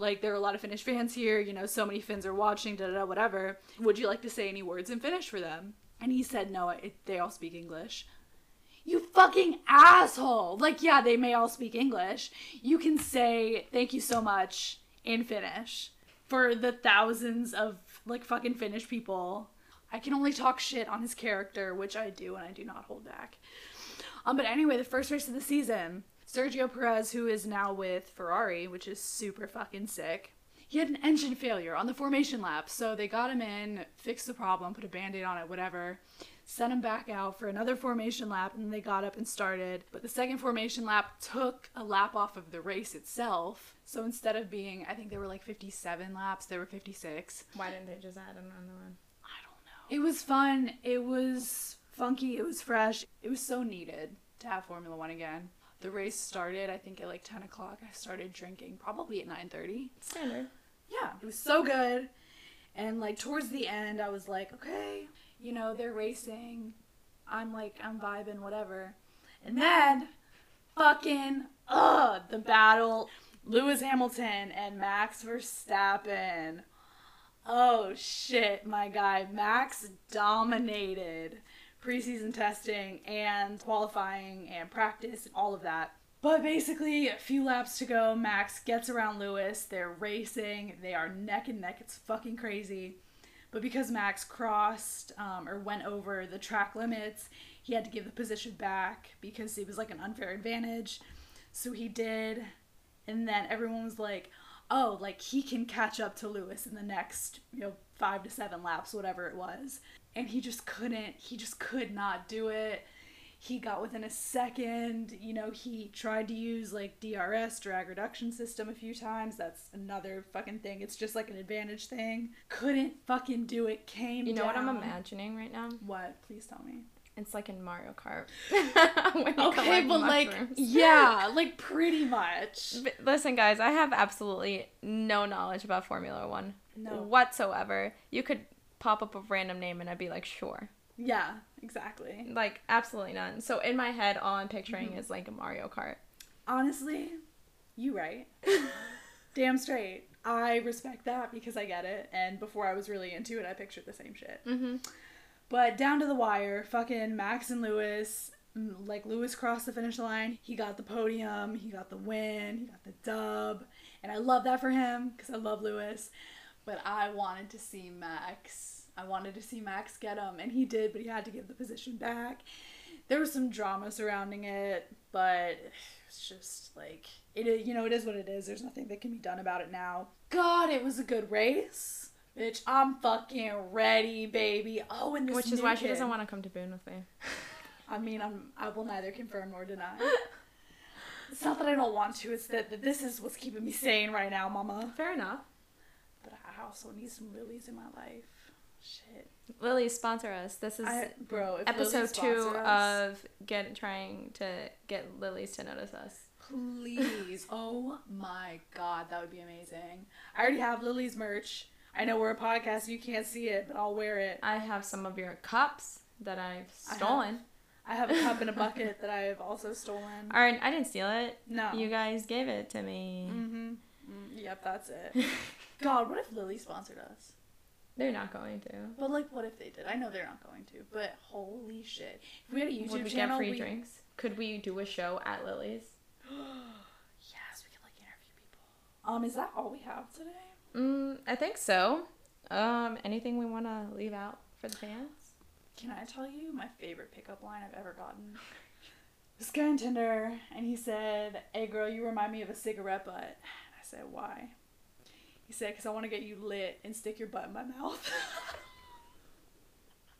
B: like there are a lot of Finnish fans here, you know, so many Finns are watching, da da da, whatever. Would you like to say any words in Finnish for them? And he said, no, it, they all speak English. You fucking asshole! Like, yeah, they may all speak English. You can say thank you so much in Finnish for the thousands of like fucking Finnish people. I can only talk shit on his character, which I do and I do not hold back. Um, but anyway, the first race of the season, Sergio Perez, who is now with Ferrari, which is super fucking sick, he had an engine failure on the formation lap. So they got him in, fixed the problem, put a band aid on it, whatever, sent him back out for another formation lap, and they got up and started. But the second formation lap took a lap off of the race itself. So instead of being, I think they were like 57 laps, they were 56.
A: Why didn't they just add another one?
B: I don't know. It was fun. It was funky. It was fresh. It was so needed to have Formula One again. The race started, I think, at like 10 o'clock. I started drinking probably at 9.30.
A: Standard.
B: Yeah. It was so good. And like towards the end, I was like, okay, you know, they're racing. I'm like, I'm vibing, whatever. And then, fucking, ugh, the battle. Lewis Hamilton and Max Verstappen. Oh shit, my guy. Max dominated preseason testing and qualifying and practice and all of that. But basically, a few laps to go. Max gets around Lewis. They're racing. They are neck and neck. It's fucking crazy. But because Max crossed um, or went over the track limits, he had to give the position back because it was like an unfair advantage. So he did. And then everyone was like, oh, like he can catch up to Lewis in the next, you know, five to seven laps, whatever it was. And he just couldn't, he just could not do it. He got within a second, you know, he tried to use like DRS, drag reduction system, a few times. That's another fucking thing. It's just like an advantage thing. Couldn't fucking do it. Came
A: You know what I'm
B: down.
A: imagining right now?
B: What? Please tell me.
A: It's like in Mario Kart. When you
B: Okay,
A: collect
B: but like,
A: mushrooms.
B: yeah, like pretty much.
A: B- Listen, guys, I have absolutely no knowledge about Formula One
B: No.
A: whatsoever. You could pop up a random name and I'd be like, sure.
B: Yeah, exactly.
A: Like, absolutely none. So, in my head, all I'm picturing is like a Mario Kart.
B: Honestly, you right. Damn straight. I respect that because I get it. And before I was really into it, I pictured the same shit.
A: Mm-hmm.
B: But down to the wire, fucking Max and Lewis, mm, like Lewis crossed the finish line. He got the podium, he got the win, he got the dub. And I love that for him because I love Lewis. But I wanted to see Max. I wanted to see Max get him, and he did, but he had to give the position back. There was some drama surrounding it, but it's just like it is, you know, it is what it is. There's nothing that can be done about it now. God, it was a good race. Bitch, I'm fucking ready, baby. Oh, and this
A: Which is
B: new
A: why she
B: kid.
A: doesn't want to come to Boone with me.
B: I mean, I'm I will neither confirm nor deny. It's not that I don't want to, it's that, that this is what's keeping me sane right now, mama.
A: Fair enough.
B: But I also need some lilies in my life. Shit.
A: Lily, sponsor us. This is
B: I, bro, if
A: episode
B: lilies
A: two uh,
B: sponsor us,
A: of get trying to get lilies to notice us.
B: Please. Oh my god, that would be amazing. I already have Lily's merch. I know we're a podcast, you can't see it, but I'll wear it.
A: I have some of your cups that I've
B: I have.
A: stolen.
B: I have a cup and a bucket that I have also stolen.
A: All right, I didn't steal it.
B: No.
A: You guys gave it to me.
B: Mm-hmm. Yep, that's it. God, what if Lily sponsored us?
A: They're not going to.
B: But like, what if they did? I know they're not going to. But holy shit, if we had a YouTube
A: Would we
B: channel,
A: get free
B: we...
A: drinks? Could we do a show at Lily's?
B: yes, we could like interview people. Um, is that all we have today?
A: Mm, I think so. Um, anything we want to leave out for the fans?
B: Can I tell you my favorite pickup line I've ever gotten? This guy on Tinder, and he said, "Hey girl, you remind me of a cigarette butt." And I said, "Why?" He said, "Cause I want to get you lit and stick your butt in my mouth."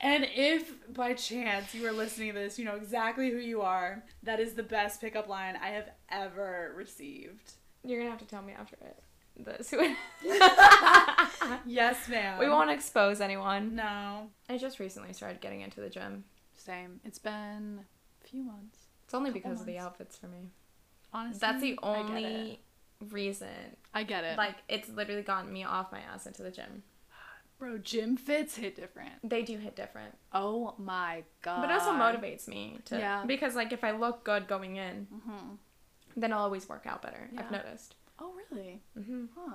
B: and if by chance you are listening to this, you know exactly who you are. That is the best pickup line I have ever received.
A: You're gonna have to tell me after it. This we
B: Yes, ma'am.
A: won't expose anyone.
B: No.
A: I just recently started getting into the gym.
B: Same. It's been a few months.
A: It's only
B: Couple
A: because of the
B: months.
A: outfits for me.
B: Honestly,
A: That's the
B: I get it.
A: only reason.
B: I get it.
A: Like it's literally gotten me off my ass into the gym.
B: bro, gym fits hit different.
A: They do hit different,
B: Oh my god.
A: but it also motivates me to
B: Yeah.
A: because like if I look good going in,
B: hmm
A: then I'll always work out better.
B: Yeah.
A: I've noticed.
B: Oh really?
A: hmm
B: Huh.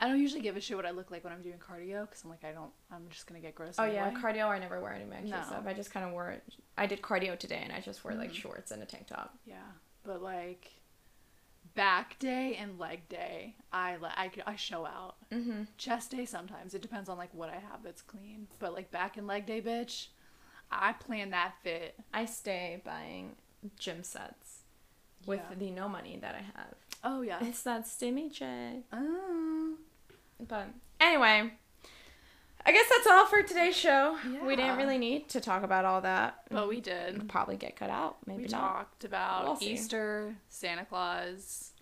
B: I don't usually give a shit what I look like when I'm doing cardio because I'm like I don't. I'm just gonna get gross.
A: Oh
B: anyway.
A: yeah, cardio. I never wear any maxi
B: No.
A: stuff. I just kind of wore. it. I did cardio today, and I just wore like shorts and a tank top.
B: yeah. But like, back day and leg day, I like I, I show out.
A: Mm-hmm.
B: Chest day sometimes it depends on like what I have that's clean. But like back and leg day, bitch, I plan that fit.
A: I stay buying gym sets with
B: Yeah.
A: the no money that I have.
B: Oh yeah.
A: It's that stimmy check.
B: Oh.
A: But anyway, I guess that's all for today's show. We
B: Yeah.
A: didn't really need to talk about all that.
B: But we did.
A: It'll probably get cut out. Maybe
B: We
A: not.
B: talked about
A: Mm-hmm. We'll see.
B: Easter, Santa Claus.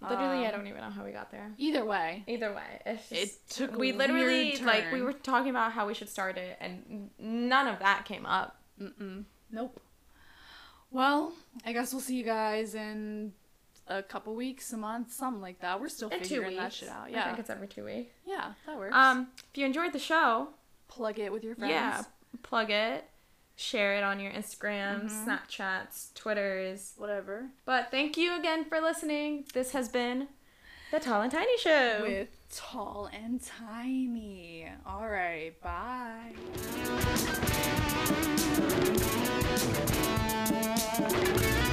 A: Literally, I
B: Um,
A: don't even know how we got there.
B: Either way,
A: Either way, it's just,
B: it took. a
A: we literally
B: weird
A: like we
B: turn.
A: were talking about how we should start it, and n- none of that came up.
B: Mm-mm. Nope. Well, I guess we'll see you guys in a couple weeks, a month, something like that. We're still
A: In two
B: figuring
A: weeks.
B: that shit out.
A: I
B: Yeah,
A: think it's every two weeks.
B: yeah, that works.
A: Um, if you enjoyed the show,
B: plug it with your friends.
A: yeah, plug it, share it on your Instagram, Snapchats, Twitters.
B: whatever.
A: But thank you again for listening. This has been the Tall and Tiny Show.
B: With tall and tiny. All right, bye.